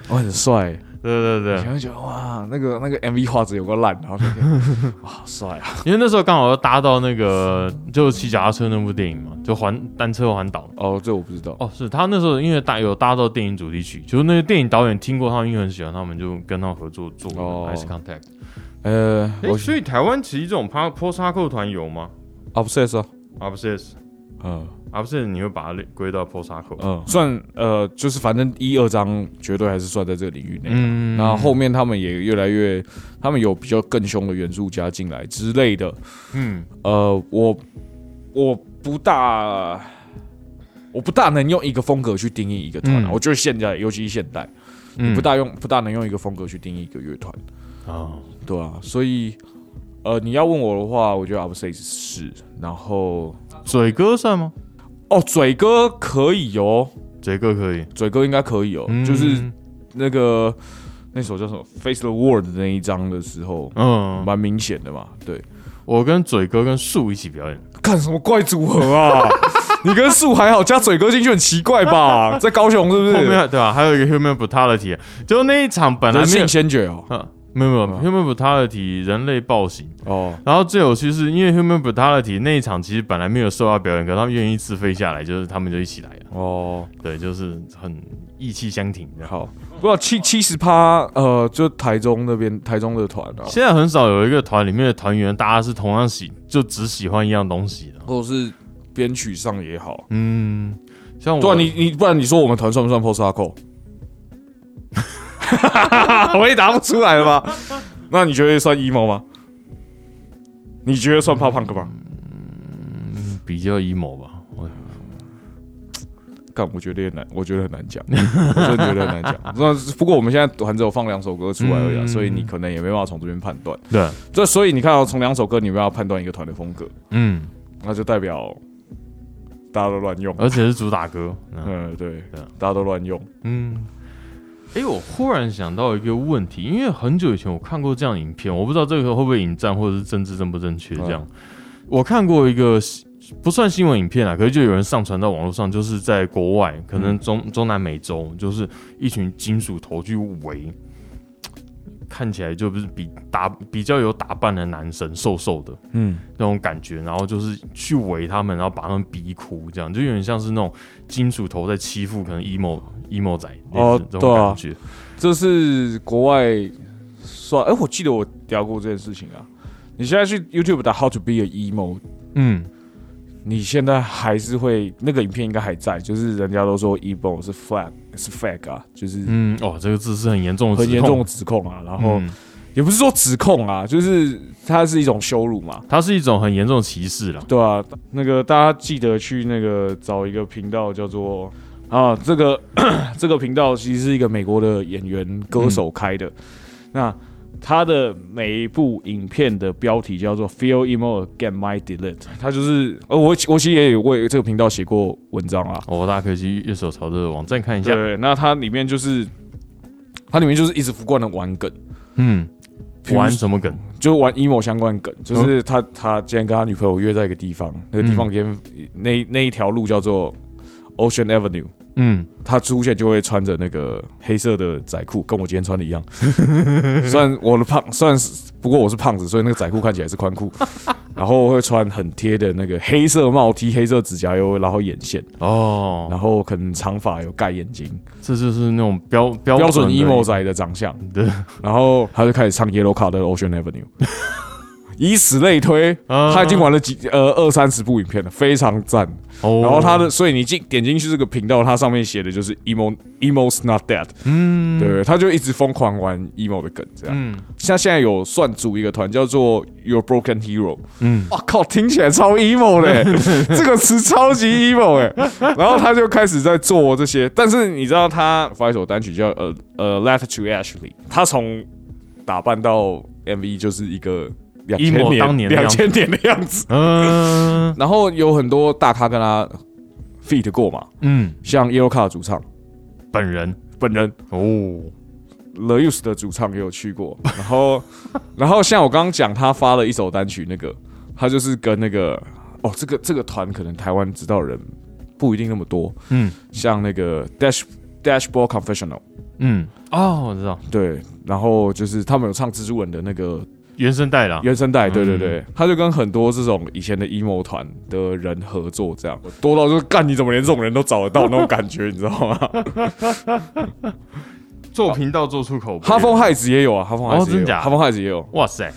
我哦很帅。对对你对，会觉得哇，那个那个 MV 画质有个烂，然后就觉得 哇，好帅啊！因为那时候刚好又搭到那个就骑脚踏车那部电影嘛，就环单车环岛。哦，这我不知道。哦，是他那时候因为搭有搭到电影主题曲，就是那个电影导演听过他们，因为很喜欢他们，就跟他们合作做哦 Ice Contact。呃，哎，我所以台湾其实这种 p 坡沙扣团有吗 obsess 啊，啊不是 s 嗯啊不是，你会把它类归到 p 沙扣。嗯，算呃，就是反正一二张绝对还是算在这个领域内。啊嗯然后后面他们也越来越，他们有比较更凶的元素加进来之类的。嗯呃，我我不大，我不大能用一个风格去定义一个团、啊。嗯我觉得现在，尤其是现代，嗯不大用不大能用一个风格去定义一个乐团。啊对啊，所以呃，你要问我的话，我觉得 Upstage 是，然后嘴哥算吗？哦，嘴哥可以哦，嘴哥可以，嘴哥应该可以哦，嗯就是那个那首叫什么《Face the World》的那一张的时候，嗯，蛮明显的嘛。对，我跟嘴哥跟树一起表演，看什么怪组合啊！ 你跟树还好，加嘴哥进去很奇怪吧？在高雄是不后是？面还对吧、还有一个 human brutality，就那一场本来人没有性，先觉哦。啊没有没有 human brutality 人类暴行，哦，然后最有趣是因为 human brutality 那一场其实本来没有受到表演，可他们愿意自费下来，就是他们就一起来了，哦，对，就是很义气相挺这样。好，不过七七十趴，呃，就台中那边台中的团啊，现在很少有一个团里面的团员，大家是同样喜就只喜欢一样东西的。或者是编曲上也好。嗯，像我对啊，你你不然你说我们团算不算 post hardcore？我也答不出来了吧？那你觉得算 emo 吗？你觉得算 pop punk 吗？比较 emo 吧，我干，我觉得也难，我觉得很难讲，我真的觉得很难讲。 那不过我们现在团只有放两首歌出来而已、啊，嗯所以你可能也没办法从这边判断。对，这所以你看到、从两首歌，你没办法判断一个团的风格，嗯，那就代表大家都乱用。而且是主打歌。嗯嗯，呃对对啊，大家都乱用。嗯，哎、我忽然想到一个问题，因为很久以前我看过这样的影片，我不知道这个会不会引战或者是政治正不正确这样。我看过一个不算新闻影片啊，可是就有人上传到网络上，就是在国外，可能中、中南美洲，就是一群金属头去围。看起来就不是比打比较有打扮的男生，瘦瘦的，嗯，那种感觉，然后就是去围他们，然后把他们逼哭，这样就有点像是那种金属头在欺负可能 emo emo 仔哦类似这对种啊感觉。这是国外算，哎、我记得我聊过这件事情啊。你现在去 YouTube 打 How to be a emo，嗯，你现在还是会那个影片应该还在，就是人家都说 emo 是 flag 是 fake 啊，就是嗯，哦，这个字是很严重的，很严重的。指控啊。然后、嗯，也不是说指控啊，就是它是一种羞辱嘛。它是一种很严重的歧视啦。对啊，那个大家记得去那个找一个频道叫做啊，这个 这个频道其实是一个美国的演员歌手开的，那他的每一部影片的标题叫做 “Feel Emo Again My Delete”，他就是呃，我我其实也有为这个频道写过文章啊，哦，大家可以去乐手潮的网站看一下。对，那它里面就是它里面就是一直不惯的玩梗。嗯，比如玩什么梗？就玩 emo 相关梗，就是他、他今天跟他女朋友约在一个地方，那个地方今天、那那一条路叫做 Ocean Avenue，嗯，他出现就会穿着那个黑色的窄裤，跟我今天穿的一样。虽然我的胖，虽然是不过我是胖子，所以那个窄裤看起来是宽裤，然后会穿很贴的那个黑色帽 T、黑色指甲油，然后眼线，哦，然后可能长发有盖眼睛，这就是那种标标标准准的 emo 仔的长相。 对，然后他就开始唱 Yellow Card 的 Ocean Avenue。以此类推，嗯他已经玩了几呃二三十部影片了，非常赞。哦，然后他的，所以你进点进去这个频道，它上面写的就是 emo emo's not dead，嗯对，他就一直疯狂玩 emo 的梗，这样。嗯像现在有算组一个团叫做 Your Broken Hero，嗯，哇靠，听起来超 emo 嘞、 这个词超级 emo 哎、然后他就开始在做这些，但是你知道他发一首单曲叫呃呃 Letter to Ashley，他从打扮到 MV 就是一个两千 emo 年当年的两样子千年的样子，嗯然后有很多大咖跟他 feat 过嘛，嗯，像 Yellow Card 主唱本人本人哦，嗯 The Use 的主唱也有去过，然后，然后像我刚刚讲，他发了一首单曲，那个他就是跟那个哦，这个这个团可能台湾知道的人不一定那么多，嗯像那个 Dash Dashboard Confessional，嗯，哦，我知道，对，然后就是他们有唱蜘蛛人的那个原声带啦。原声带，对对嗯对，他就跟很多这种以前的 emo 团的人合作，这样多到就是干你怎么连这种人都找得到那种感觉，你知道吗？ 做频道做出口碑哈风，害子也有啊，哈风害哦子也真有，假哈风害子也有，哇塞，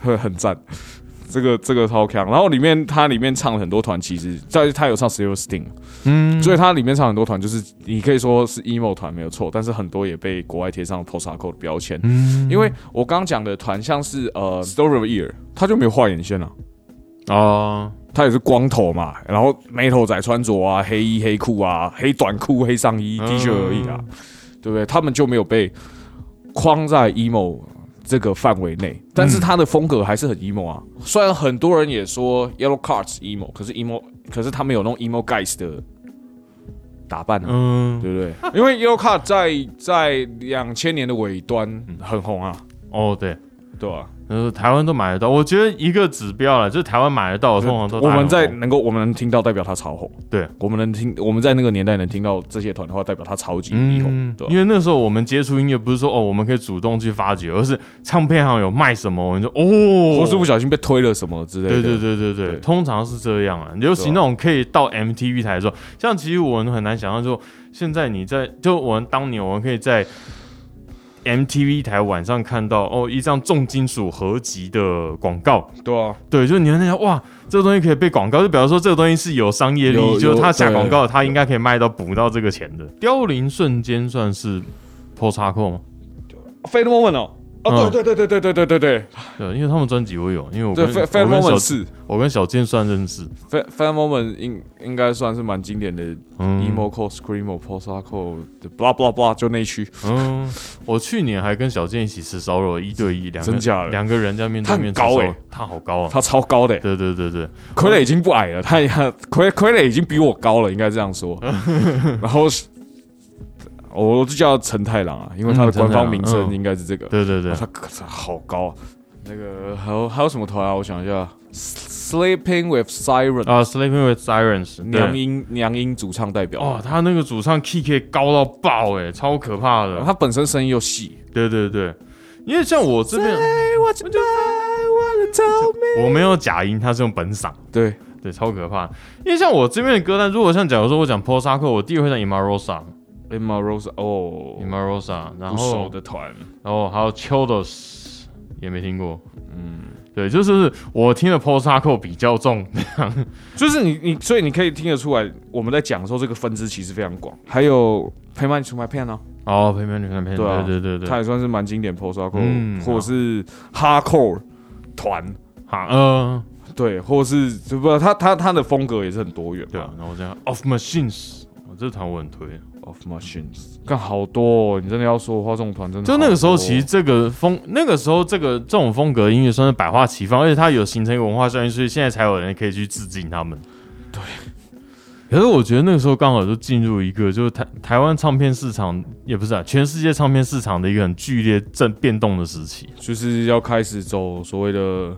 很很赞。这个这个超强，然后里面它里面唱了很多团，其实在它有唱 Silver Sting，嗯，所以它里面唱很多团，就是你可以说是 emo 团没有错，但是很多也被国外贴上 post hardcore 的标签。嗯因为我刚讲的团像是呃 Story of Year，他就没有画眼线啊，哦，他也是光头嘛，然后眉头仔穿着啊，黑衣黑裤啊，黑短裤黑上衣 T 恤而已啊，对不对？他们就没有被框在 emo 这个范围内，但是他的风格还是很 emo 啊。虽然很多人也说 Yellow Cards emo，可是 emo，可是他们有那种 emo guys 的打扮啊，嗯，对不对？因为 Yellow Card 在在两千年的尾端很红啊，哦对，对吧、呃，台湾都买得到，我觉得一个指标了，就是台湾买得到，通常都呃我大量们在购能够我们能听到，代表他超红。对，我们能听，我们在那个年代能听到这些团的话，代表他超级力宏，嗯对吧啊因？为那时候我们接触音乐不是说哦，我们可以主动去发掘，而是唱片行有卖什么，我们就哦，或是不小心被推了什么之类对的。对对对对，对通常是这样啊。尤其对啊那种可以到 MTV 台的时候，像其实我们很难想象说，现在你在就我们当年我们可以在 MTV 台晚上看到哦一张重金属合集的广告，对，对啊，对，就你会在想哇，这个东西可以被广告，就表示说这个东西是有商业利益，有就是他有下对广告，他应该可以卖到补到这个钱的。凋零瞬间算是 p o s t c o 吗？飞的 moment 哦。哦，对对对对对对对对对，因为他们专辑我有，因嗯为我对跟对，飞我飞跟的 moment 小是我跟小健算认识，飞飞的 moment 应应该算是蛮经典的嗯 emo core screamo post hardcore blah blah blah 就那一区，嗯，我去年还跟小健一起吃烧肉，一对一，两个真假的两个人在面对他很面吃高烧肉欸他好高啊！他超高的欸，对对对对，傀儡已经不 矮了，他也傀傀儡已经比我高了，应该这 样说。然后是我就叫陈太郎啊，因为他嗯的陈官太方郎名嗯称应该是这个。对对对他，他好高啊，那个还有还有什么团啊？我想一下，Sleeping with Siren，啊，Sleeping with Sirens，娘对，音娘音主唱代表。哦，他那个主唱 key 可以高到爆，哎，超可怕的。他本身声音又细。对对对，因为像我这边 Say what you want to tell me 我没有假音，他是用本嗓，对，对，超可怕。因为像我这边的歌单，如果像假如说我讲 p o s a c o 我第一个会讲 Imarosa，Imarosa， Emma Rose，哦，然不熟后的团，然后还有 Childos 也没听过，嗯，对，就是我听的 p o s a c o 比较重，就是你你，所以你可以听得出来，我们在讲的时候，这个分支其实非常广。还有陪伴你出卖片呢，哦，陪伴你看片，对啊对对对它对，也算是蛮经典 post hardcore，、嗯或者是 hardcore 团，好，嗯，对，或者是就不，他他他的风格也是很多元对啊嘛。，然后这样 Off Machines，我这团我很推， Of Machines，干好多、哦，你真的要说的话，这种团真的就那个时候，其实实这个风，那个时候这个这种风格音乐算是百花齐放，而且它有形成一个文化效应，所以现在才有人可以去致敬他们。对。可是我觉得那个时候刚好就进入一个，就是台台湾唱片市场也不是啊，全世界唱片市场的一个很剧烈正变动的时期。就是要开始走所谓的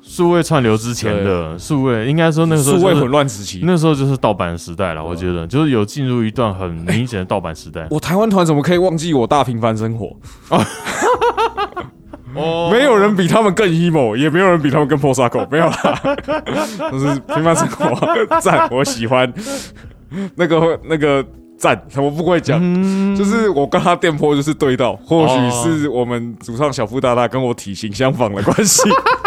数位串流之前的数位，应该说那个时候、数就是、位混乱啊时期。那时候就是盗版时代了。我觉得就是有进入一段很明显的盗版时代。我台湾团怎么可以忘记我大平凡生活？哦没有人比他们更 emo，也没有人比他们更 p o s a c o 没有啦，就是平凡生活，赞，我喜欢。那个那个赞，我不会讲，就是我跟他电波就是对到，或许是我们主唱小富大大跟我体型相仿的关系。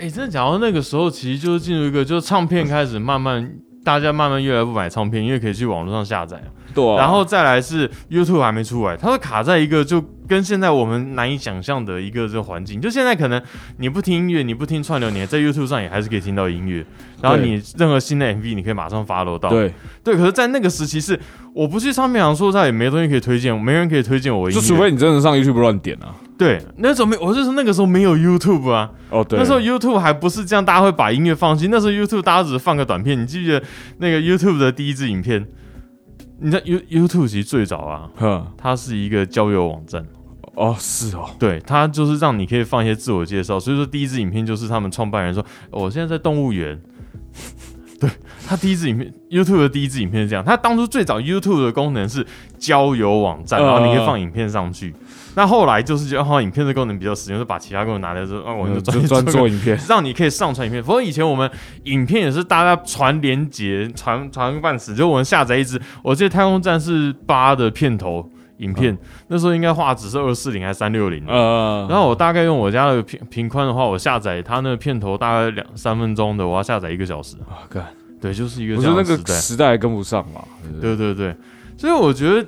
哎、真的讲到那个时候，其实就是进入一个，就是唱片开始慢慢，大家慢慢越来越不买唱片，因为可以去网络上下载啊、对、然后再来是 YouTube 还没出来，它是卡在一个就跟现在我们难以想象的一个这个环境。就现在可能你不听音乐，你不听串流，你还在 YouTube 上也还是可以听到音乐，然后对你任何新的 MV 你可以马上 follow 到。对，对，可是，在那个时期是我不去唱片行说实在也没东西可以推荐，没人可以推荐我音就乐。除非你真的上 YouTube 乱点啊。对那时候没，我是说那个时候没有 YouTube 啊。哦，对，那时候 YouTube 还不是这样，大家会把音乐放进。那时候 YouTube 大家只是放个短片，你记不记得那个 YouTube 的第一支影片？你知道 You YouTube 其实最早啊，哼，它是一个交友网站， 哦，是哦，对，它就是让你可以放一些自我介绍。所以说第一支影片就是他们创办人说：“哦我现在在动物园。” 对他第一支影片，YouTube 的第一支影片是这样。他当初最早 YouTube 的功能是交友网站，嗯然后你可以放影片上去。那后来就是觉得，哦，影片的功能比较实用，就把其他功能拿掉之后，啊，我们就专呃嗯就心专个做 影片。让你可以上传影片。否则以前我们影片也是大家传连接、传传个半死，就我们下载一支，我记得《太空战士八》的片头影嗯片，那时候应该画质是二四零还是三六零。呃，然后我大概用我家的频频宽的话，我下载它那个片头大概两三分钟的，我要下载一个小时。啊干对，就是一个我这觉得样的时那个代。时代跟不上嘛。对对对，所以我觉得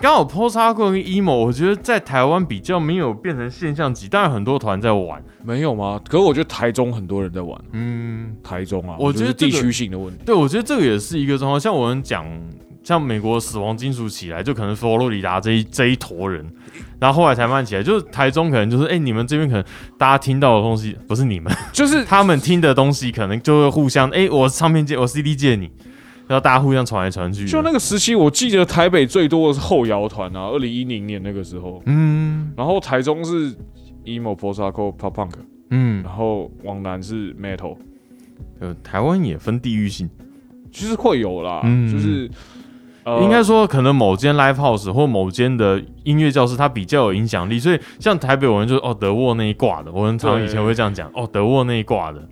刚好 post hardcore 跟 emo，我觉得在台湾比较没有变成现象级，当然很多团在玩。没有吗？可是我觉得台中很多人在玩，嗯，台中啊，我觉觉得是地这个区性的问题。对，我觉得这个也是一个状况。像我们讲像美国死亡金属起来，就可能佛罗里达这一这一坨人，然后后来才慢起来，就是台中可能就是哎、你们这边可能大家听到的东西不是你们， 就是他们听的东西可能就会互相哎、我唱片借我 CD 借你，然后大家互相传来传去的，就那个时期，我记得台北最多的是后摇团啊，二零一零年那个时候，嗯然后台中是 emo post hardcore pop punk，嗯然，后往南是 metal，呃，台湾也分地域性，其实会有啦，嗯就是、呃应该说可能某间 live house 或某间的音乐教室，它比较有影响力，所以像台北我们就是哦德沃那一挂的，我很常对以前会这样讲哦德沃那一挂的。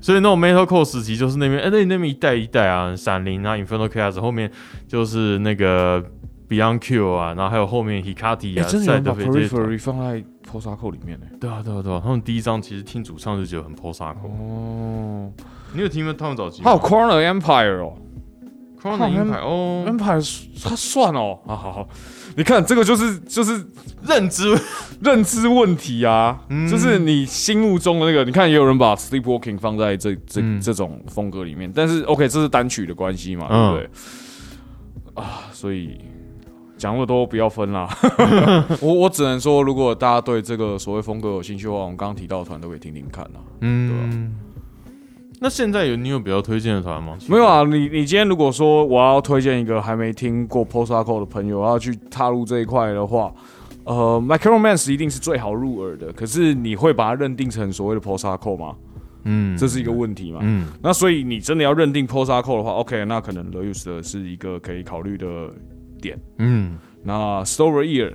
所以那种 metalcore 时期就是那边，哎、那那边一代一代啊，闪灵啊，Inferno Chaos，后面就是那个 Beyond Q 啊，然后还有后面 Hikati 哎、啊，真的有人把赛德菲这些 periphery 放在 post hardcore 里面呢、对啊对啊对啊，他们第一张其实听主唱就觉得很 post hardcore，、哦，你有听过他们早期还吗？有 Corner Empire 哦、 Crown 好的像银牌哦， Empire 它算哦，啊好好，你看这个就是就是认知认知问题啊，嗯就是你心目中的那个，你看也有人把 sleepwalking 放在这这、嗯这种风格里面，但是 OK，这是单曲的关系嘛，嗯对不对？啊，所以讲那么多不要 分啦，我我只能说，如果大家对这个所谓风格有兴趣的话，我们刚刚提到的团都可以听听看啊啦。嗯，那现在有你有比较推荐的团吗？没有啊，你你今天如果说我要推荐一个还没听过 post hardcore 的朋友要去踏入这一块的话，呃，Micromance 一定是最好入耳的。可是你会把它认定成所谓的 post hardcore 吗？嗯，这是一个问题嘛？嗯那所以你真的要认定 post hardcore 的话，OK，那可能 l e u s 的是一个可以考虑的。嗯那 Story Ear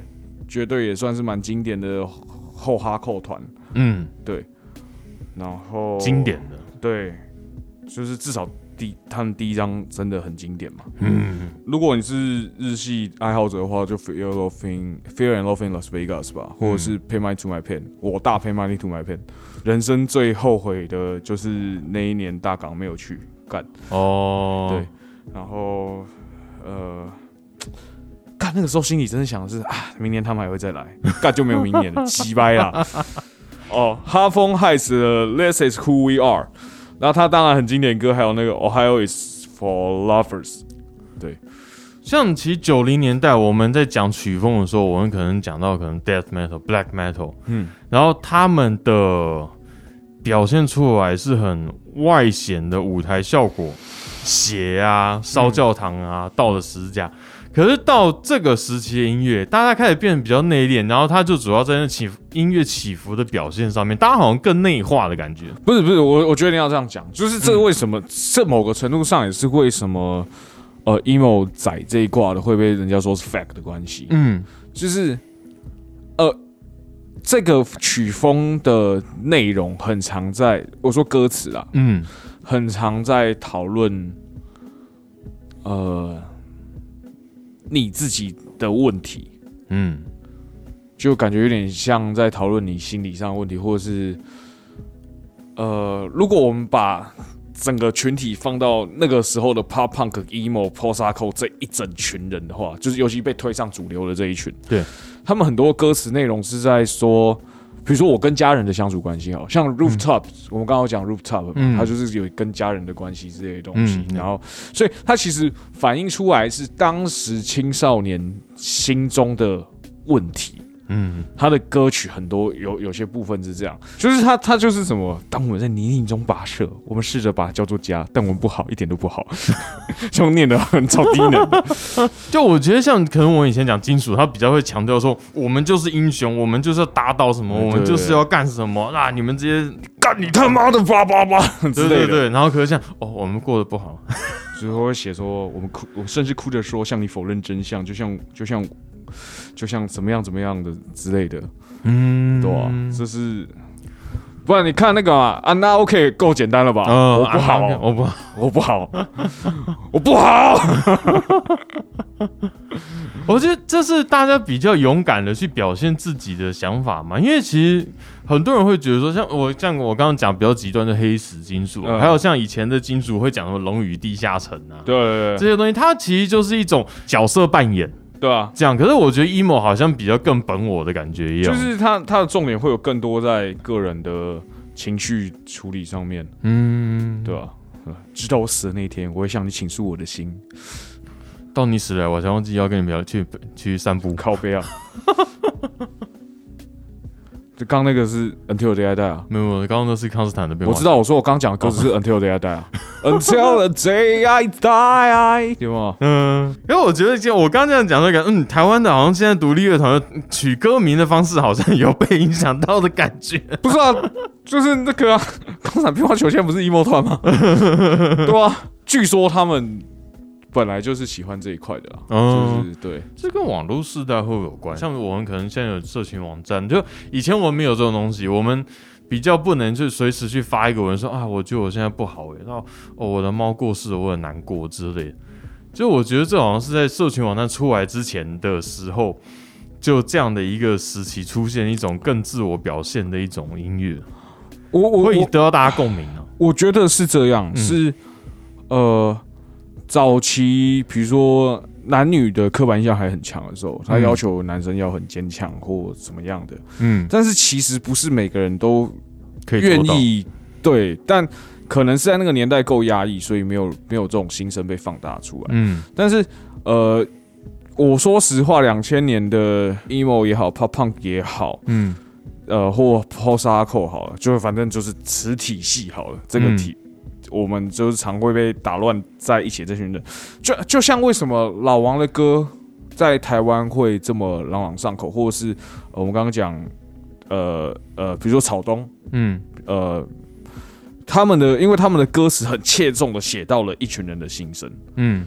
绝对也算是蛮经典的后哈扣团，嗯，然后经典的，对，就是至少第他们第一张真的很经典嘛。嗯如果你是日系爱好者的话，就 Fear and Loving Fear and Loving Las Vegas 吧，或者是 Pay My to My Pen，我大 Pay My to My Pen。人生最后悔的就是那一年大港没有去干，哦，对，然后呃，干那个时候心里真的想的是啊，明年他们还会再来，干就没有明年了，鸡掰啦。哦，哈风害死了 This is who we are。那他当然很经典歌，还有那个 Ohio is for lovers。像其实九零年代我们在讲曲风的时候，我们可能讲到可能 death metal、black metal，嗯，然后他们的表现出来是很外显的舞台效果，血啊、烧教堂啊、到了十字架。可是到这个时期的音乐，大家开始变得比较内敛，然后他就主要在那起伏音乐起伏的表现上面，大家好像更内化的感觉。不是不是，我我觉得你要这样讲，就是这为什么、这某个程度上也是为什么呃 emo 仔这一挂的会被人家说是 fact 的关系，嗯就是呃这个曲风的内容很常在我说歌词啦，嗯很常在讨论呃你自己的问题，嗯就感觉有点像在讨论你心理上的问题，或者是呃，如果我们把整个群体放到那个时候的 pop punk、emo、post hardcore 这一整群人的话，就是尤其被推上主流的这一群，对他们很多歌词内容是在说，比如说我跟家人的相处关系好，像 rooftop，、我们刚刚有讲 rooftop，嘛、嗯它就是有跟家人的关系之类的东西嗯，嗯然后所以它其实反映出来是当时青少年心中的问题。嗯他的歌曲很多有有些部分是这样，就是他他就是什么，当我们在泥泞中跋涉，我们试着把它叫做家，但我们不好，一点都不好， 就念的很超低能。就我觉得像可能我以前讲金属，他比较会强调说，我们就是英雄，我们就是要打倒什么，嗯我们对就是要干什么。那、你们这些干你他妈的叭叭叭对之类对的，对，然后可是像哦，我们过得不好，最后会写说我们哭，我甚至哭着说向你否认真相，就像就像就像怎么样怎么样的之类的，嗯，对啊，这是。不然你看那个嘛，啊，那 OK 够简单了吧？嗯，我不好，啊我不好，我不好，我不好。 我觉得这是大家比较勇敢的去表现自己的想法嘛，因为其实很多人会觉得说，像我像我刚刚讲比较极端的黑死金属，嗯还有像以前的金属会讲什么龙与地下城啊，对对这些东西，它其实就是一种角色扮演。对，对啊，这样，可是我觉得 emo 好像比较更本我的感觉一样，就是他他的重点会有更多在个人的情绪处理上面，嗯，对吧、呃直到我死的那一天，我会向你倾诉我的心。到你死了，我才忘记要跟你聊去去散步。靠背啊。就刚那个是 Until the Day I Die 啊，没有，没有啊刚刚那是康斯坦的变化。我知道，我说我刚讲的歌词是 Until the Day I Die 啊 ，Until the Day I Die，对吗？嗯，因为我觉得就我刚刚这样讲，就感觉嗯，台湾的好像现在独立乐团取歌名的方式好像有被影响到的感觉。不是啊，就是那个啊， 工厂乒乓球现在不是 emo 团吗？对啊，据说他们本来就是喜欢这一块的啊，嗯就是对，这跟网络时代会不会有关？像我们可能现在有社群网站，就以前我们没有这种东西，我们比较不能去随时去发一个文说啊，我觉得我现在不好诶、然后哦我的猫过世了，我很难过之类的。就我觉得这好像是在社群网站出来之前的时候，就这样的一个时期出现一种更自我表现的一种音乐，我我会我得到大家共鸣啊。我觉得是嗯这样，是呃，早期比如说男女的刻板印象还很强的时候，他嗯要求男生要很坚强或怎么样的，嗯，但是其实不是每个人都可以做愿到。意对，但可能是在那个年代够压抑，所以没有没有这种心声被放大出来。嗯但是呃，我说实话，两千年的 emo 也好，pop punk 也好，嗯呃，或 post hardcore 好了，就是反正就是词体系好了，这个嗯体。我们就是常会被打乱在一起，这群人就就像为什么老王的歌在台湾会这么朗朗上口，或者是、呃、我们刚刚讲，呃呃，比如说草东，嗯呃，他们的因为他们的歌词很切中的写到了一群人的心声，嗯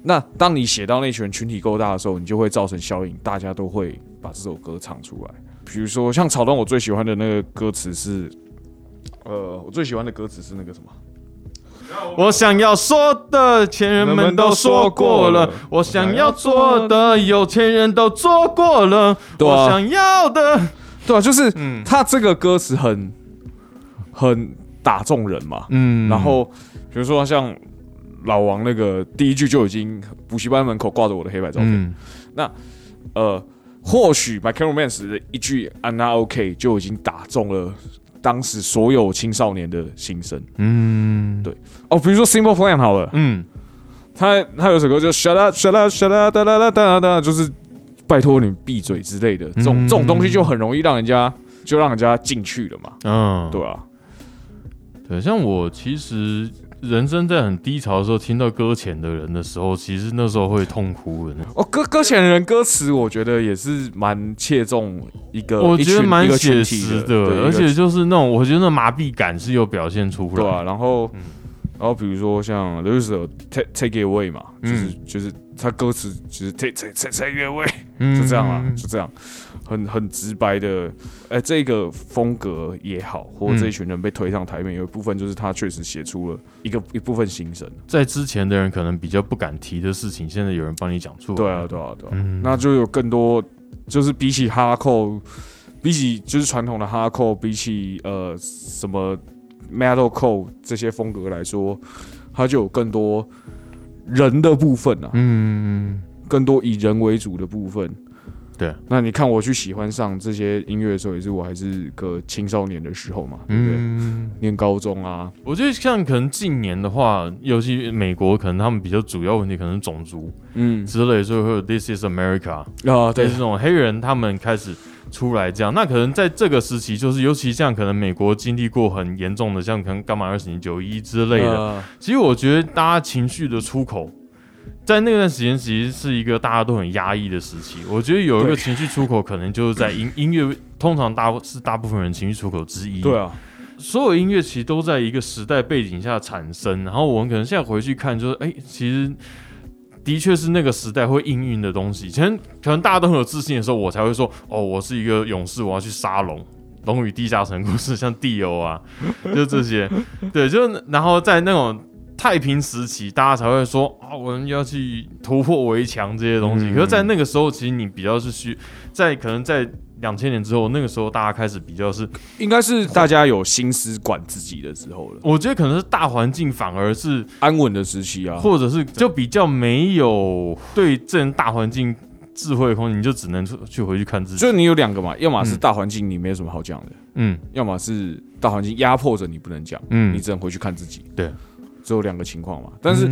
那当你写到那群群体够大的时候，你就会造成效应，大家都会把这首歌唱出来。比如说像草东，我最喜欢的那个歌词是，呃，我最喜欢的歌词是那个什么？我想要说的，前人们都说过了；我想要做的，有钱人都做过了；对啊我想要的，对啊，就是嗯他这个歌词很很打中人嘛。嗯然后比如说像老王那个第一句就已经补习班门口挂着我的黑白照片，嗯呃，或许 My c a r o m a n c e 的一句 I'm not OK 就已经打中了当时所有青少年的心声。嗯哦，比如说 Simple Plan 好了，嗯他他有首歌就 Shut up, Shut up, Shut up，哒哒哒哒哒哒，就是拜托你闭嘴之类的，这种、嗯这种东西就很容易让人家就让人家进去了嘛，嗯，对啊，对，像我其实人生在很低潮的时候，听到搁浅的人的时候，其实那时候会痛哭的。哦，歌歌前人歌词我觉得也是蛮切中一个，我呃一觉得群蛮一个写群体实的，对而一且个就是那种，我觉得那麻痹感是有表现出对来。啊，然后。嗯然后比如说像 Loser Take Take It Away 嘛，就是、嗯就是他歌词就是 Take Take Take Take It Away，嗯就这样啊，就这样，很很直白的，哎、这个风格也好，或嗯者这一群人被推上台面，有一部分就是他确实写出了一个一部分心声。在之前的人可能比较不敢提的事情，现在有人帮你讲出来。对啊，对啊，对啊，嗯那就有更多，就是比起哈扣，比起就是传统的哈扣，比起呃什么 metal 扣这些风格来说，它就有更多人的部分啊，嗯，更多以人为主的部分。对，那你看我去喜欢上这些音乐的时候，也是我还是个青少年的时候嘛，对不对？嗯，念高中啊，我觉得像可能近年的话，尤其美国，可能他们比较主要问题可能是种族嗯之类，所以会有 This is America，啊，对对这，种黑人他们开始出来这样。那可能在这个时期，就是尤其像可能美国经历过很严重的，像可能伽马二十年九一之类的，呃其实我觉得大家情绪的出口。在那段时间，其实是一个大家都很压抑的时期。我觉得有一个对情绪出口，可能就是在音音乐，通常大是大部分人情绪出口之一。对啊，所有音乐其实都在一个时代背景下产生，然后我们可能现在回去看，就是哎、其实的确是那个时代会应运的东西。以前可能大家都很有自信的时候，我才会说，哦，我是一个勇士，我要去杀龙。龙与地下城故事，像地游啊，就这些，对，就是然后在那种太平时期，大家才会说啊，我们要去突破围墙这些东西。嗯可是，在那个时候，其实你比较是需在可能在两千年之后，那个时候大家开始比较是应该是大家有心思管自己的时候了，我觉得可能是大环境反而是，安稳的时期啊，或者是就比较没有对这大环境智慧的空间，你就只能去回去看自己。就你有两个嘛，要么是大环境你没有什么好讲的，嗯要么是大环境压迫着你不能讲，嗯你只能回去看自己。对，嗯只有两个情况嘛。但是、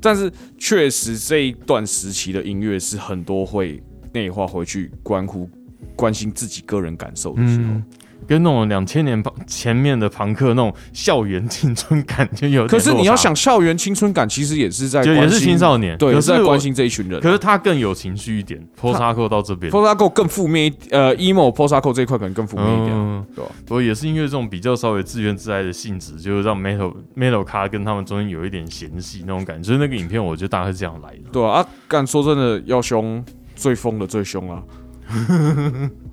但是确实这一段时期的音乐是很多会内化回去，关乎关心自己个人感受的时候。嗯，跟那种两千年庞前面的朋克那种校园青春感就有点落差。可是你要想，校园青春感其实也是在就关也是心青少年，对，可也是是在我关。心这一群人。可是他更有情绪一点 p o s a c o 到这边 p o s a c o 更负面一呃 emo p o s a c o 这一块可能更负面一点，嗯对吧？不过也是因为这种比较稍微自怨自艾的性质，就是让 Metal Metal 咖跟他们中间有一点嫌隙那种感觉。所以那个影片我觉得大概是这样来的。对啊，啊干说真的，要凶最疯的最 凶啊，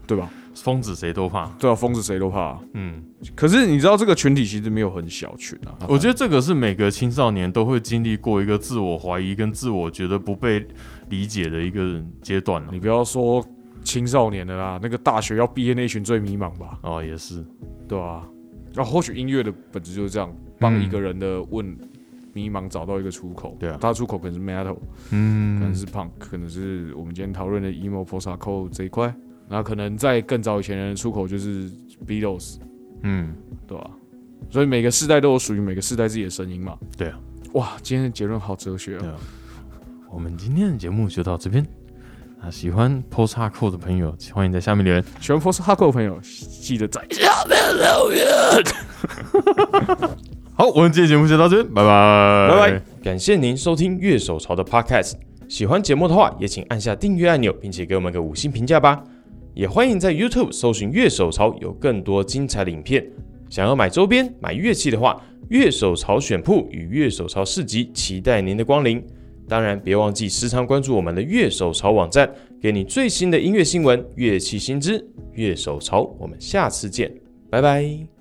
对吧？疯子谁都怕，对啊，疯子谁都怕啊、嗯，可是你知道这个群体其实没有很小群啊，我觉得这个是每个青少年都会经历过一个自我怀疑跟自我觉得不被理解的一个阶段啊了你。不要说青少年的啦，那个大学要毕业那群最迷茫吧，哦，也是，对吧、啊？那、或许音乐的本质就是这样，帮嗯一个人的问迷茫找到一个出口。对啊他的出口可能是 metal，可能嗯，是 punk，可能是我们今天讨论的 emo post c o 这一块。那可能在更早以前人的出口就是 Beatles，嗯，对吧、所以每个世代都有属于每个世代自己的声音嘛。对啊。哇，今天的结论好哲学对啊！啊。我们今天的节目就到这边。那喜欢 Post Hardcore 的朋友，欢迎在下面留言。喜欢 post hardcore 的朋友，记得在好，我们今天的节目就到这边，拜拜，拜拜。感谢您收听乐手潮的 Podcast。喜欢节目的话，也请按下订阅按钮，并且给我们个五星评价吧。也欢迎在 YouTube 搜寻“乐手潮”，有更多精彩的影片。想要买周边、买乐器的话，乐手潮选铺与乐手潮市集期待您的光临。当然，别忘记时常关注我们的乐手潮网站，给你最新的音乐新闻、乐器新知。乐手潮，我们下次见，拜拜。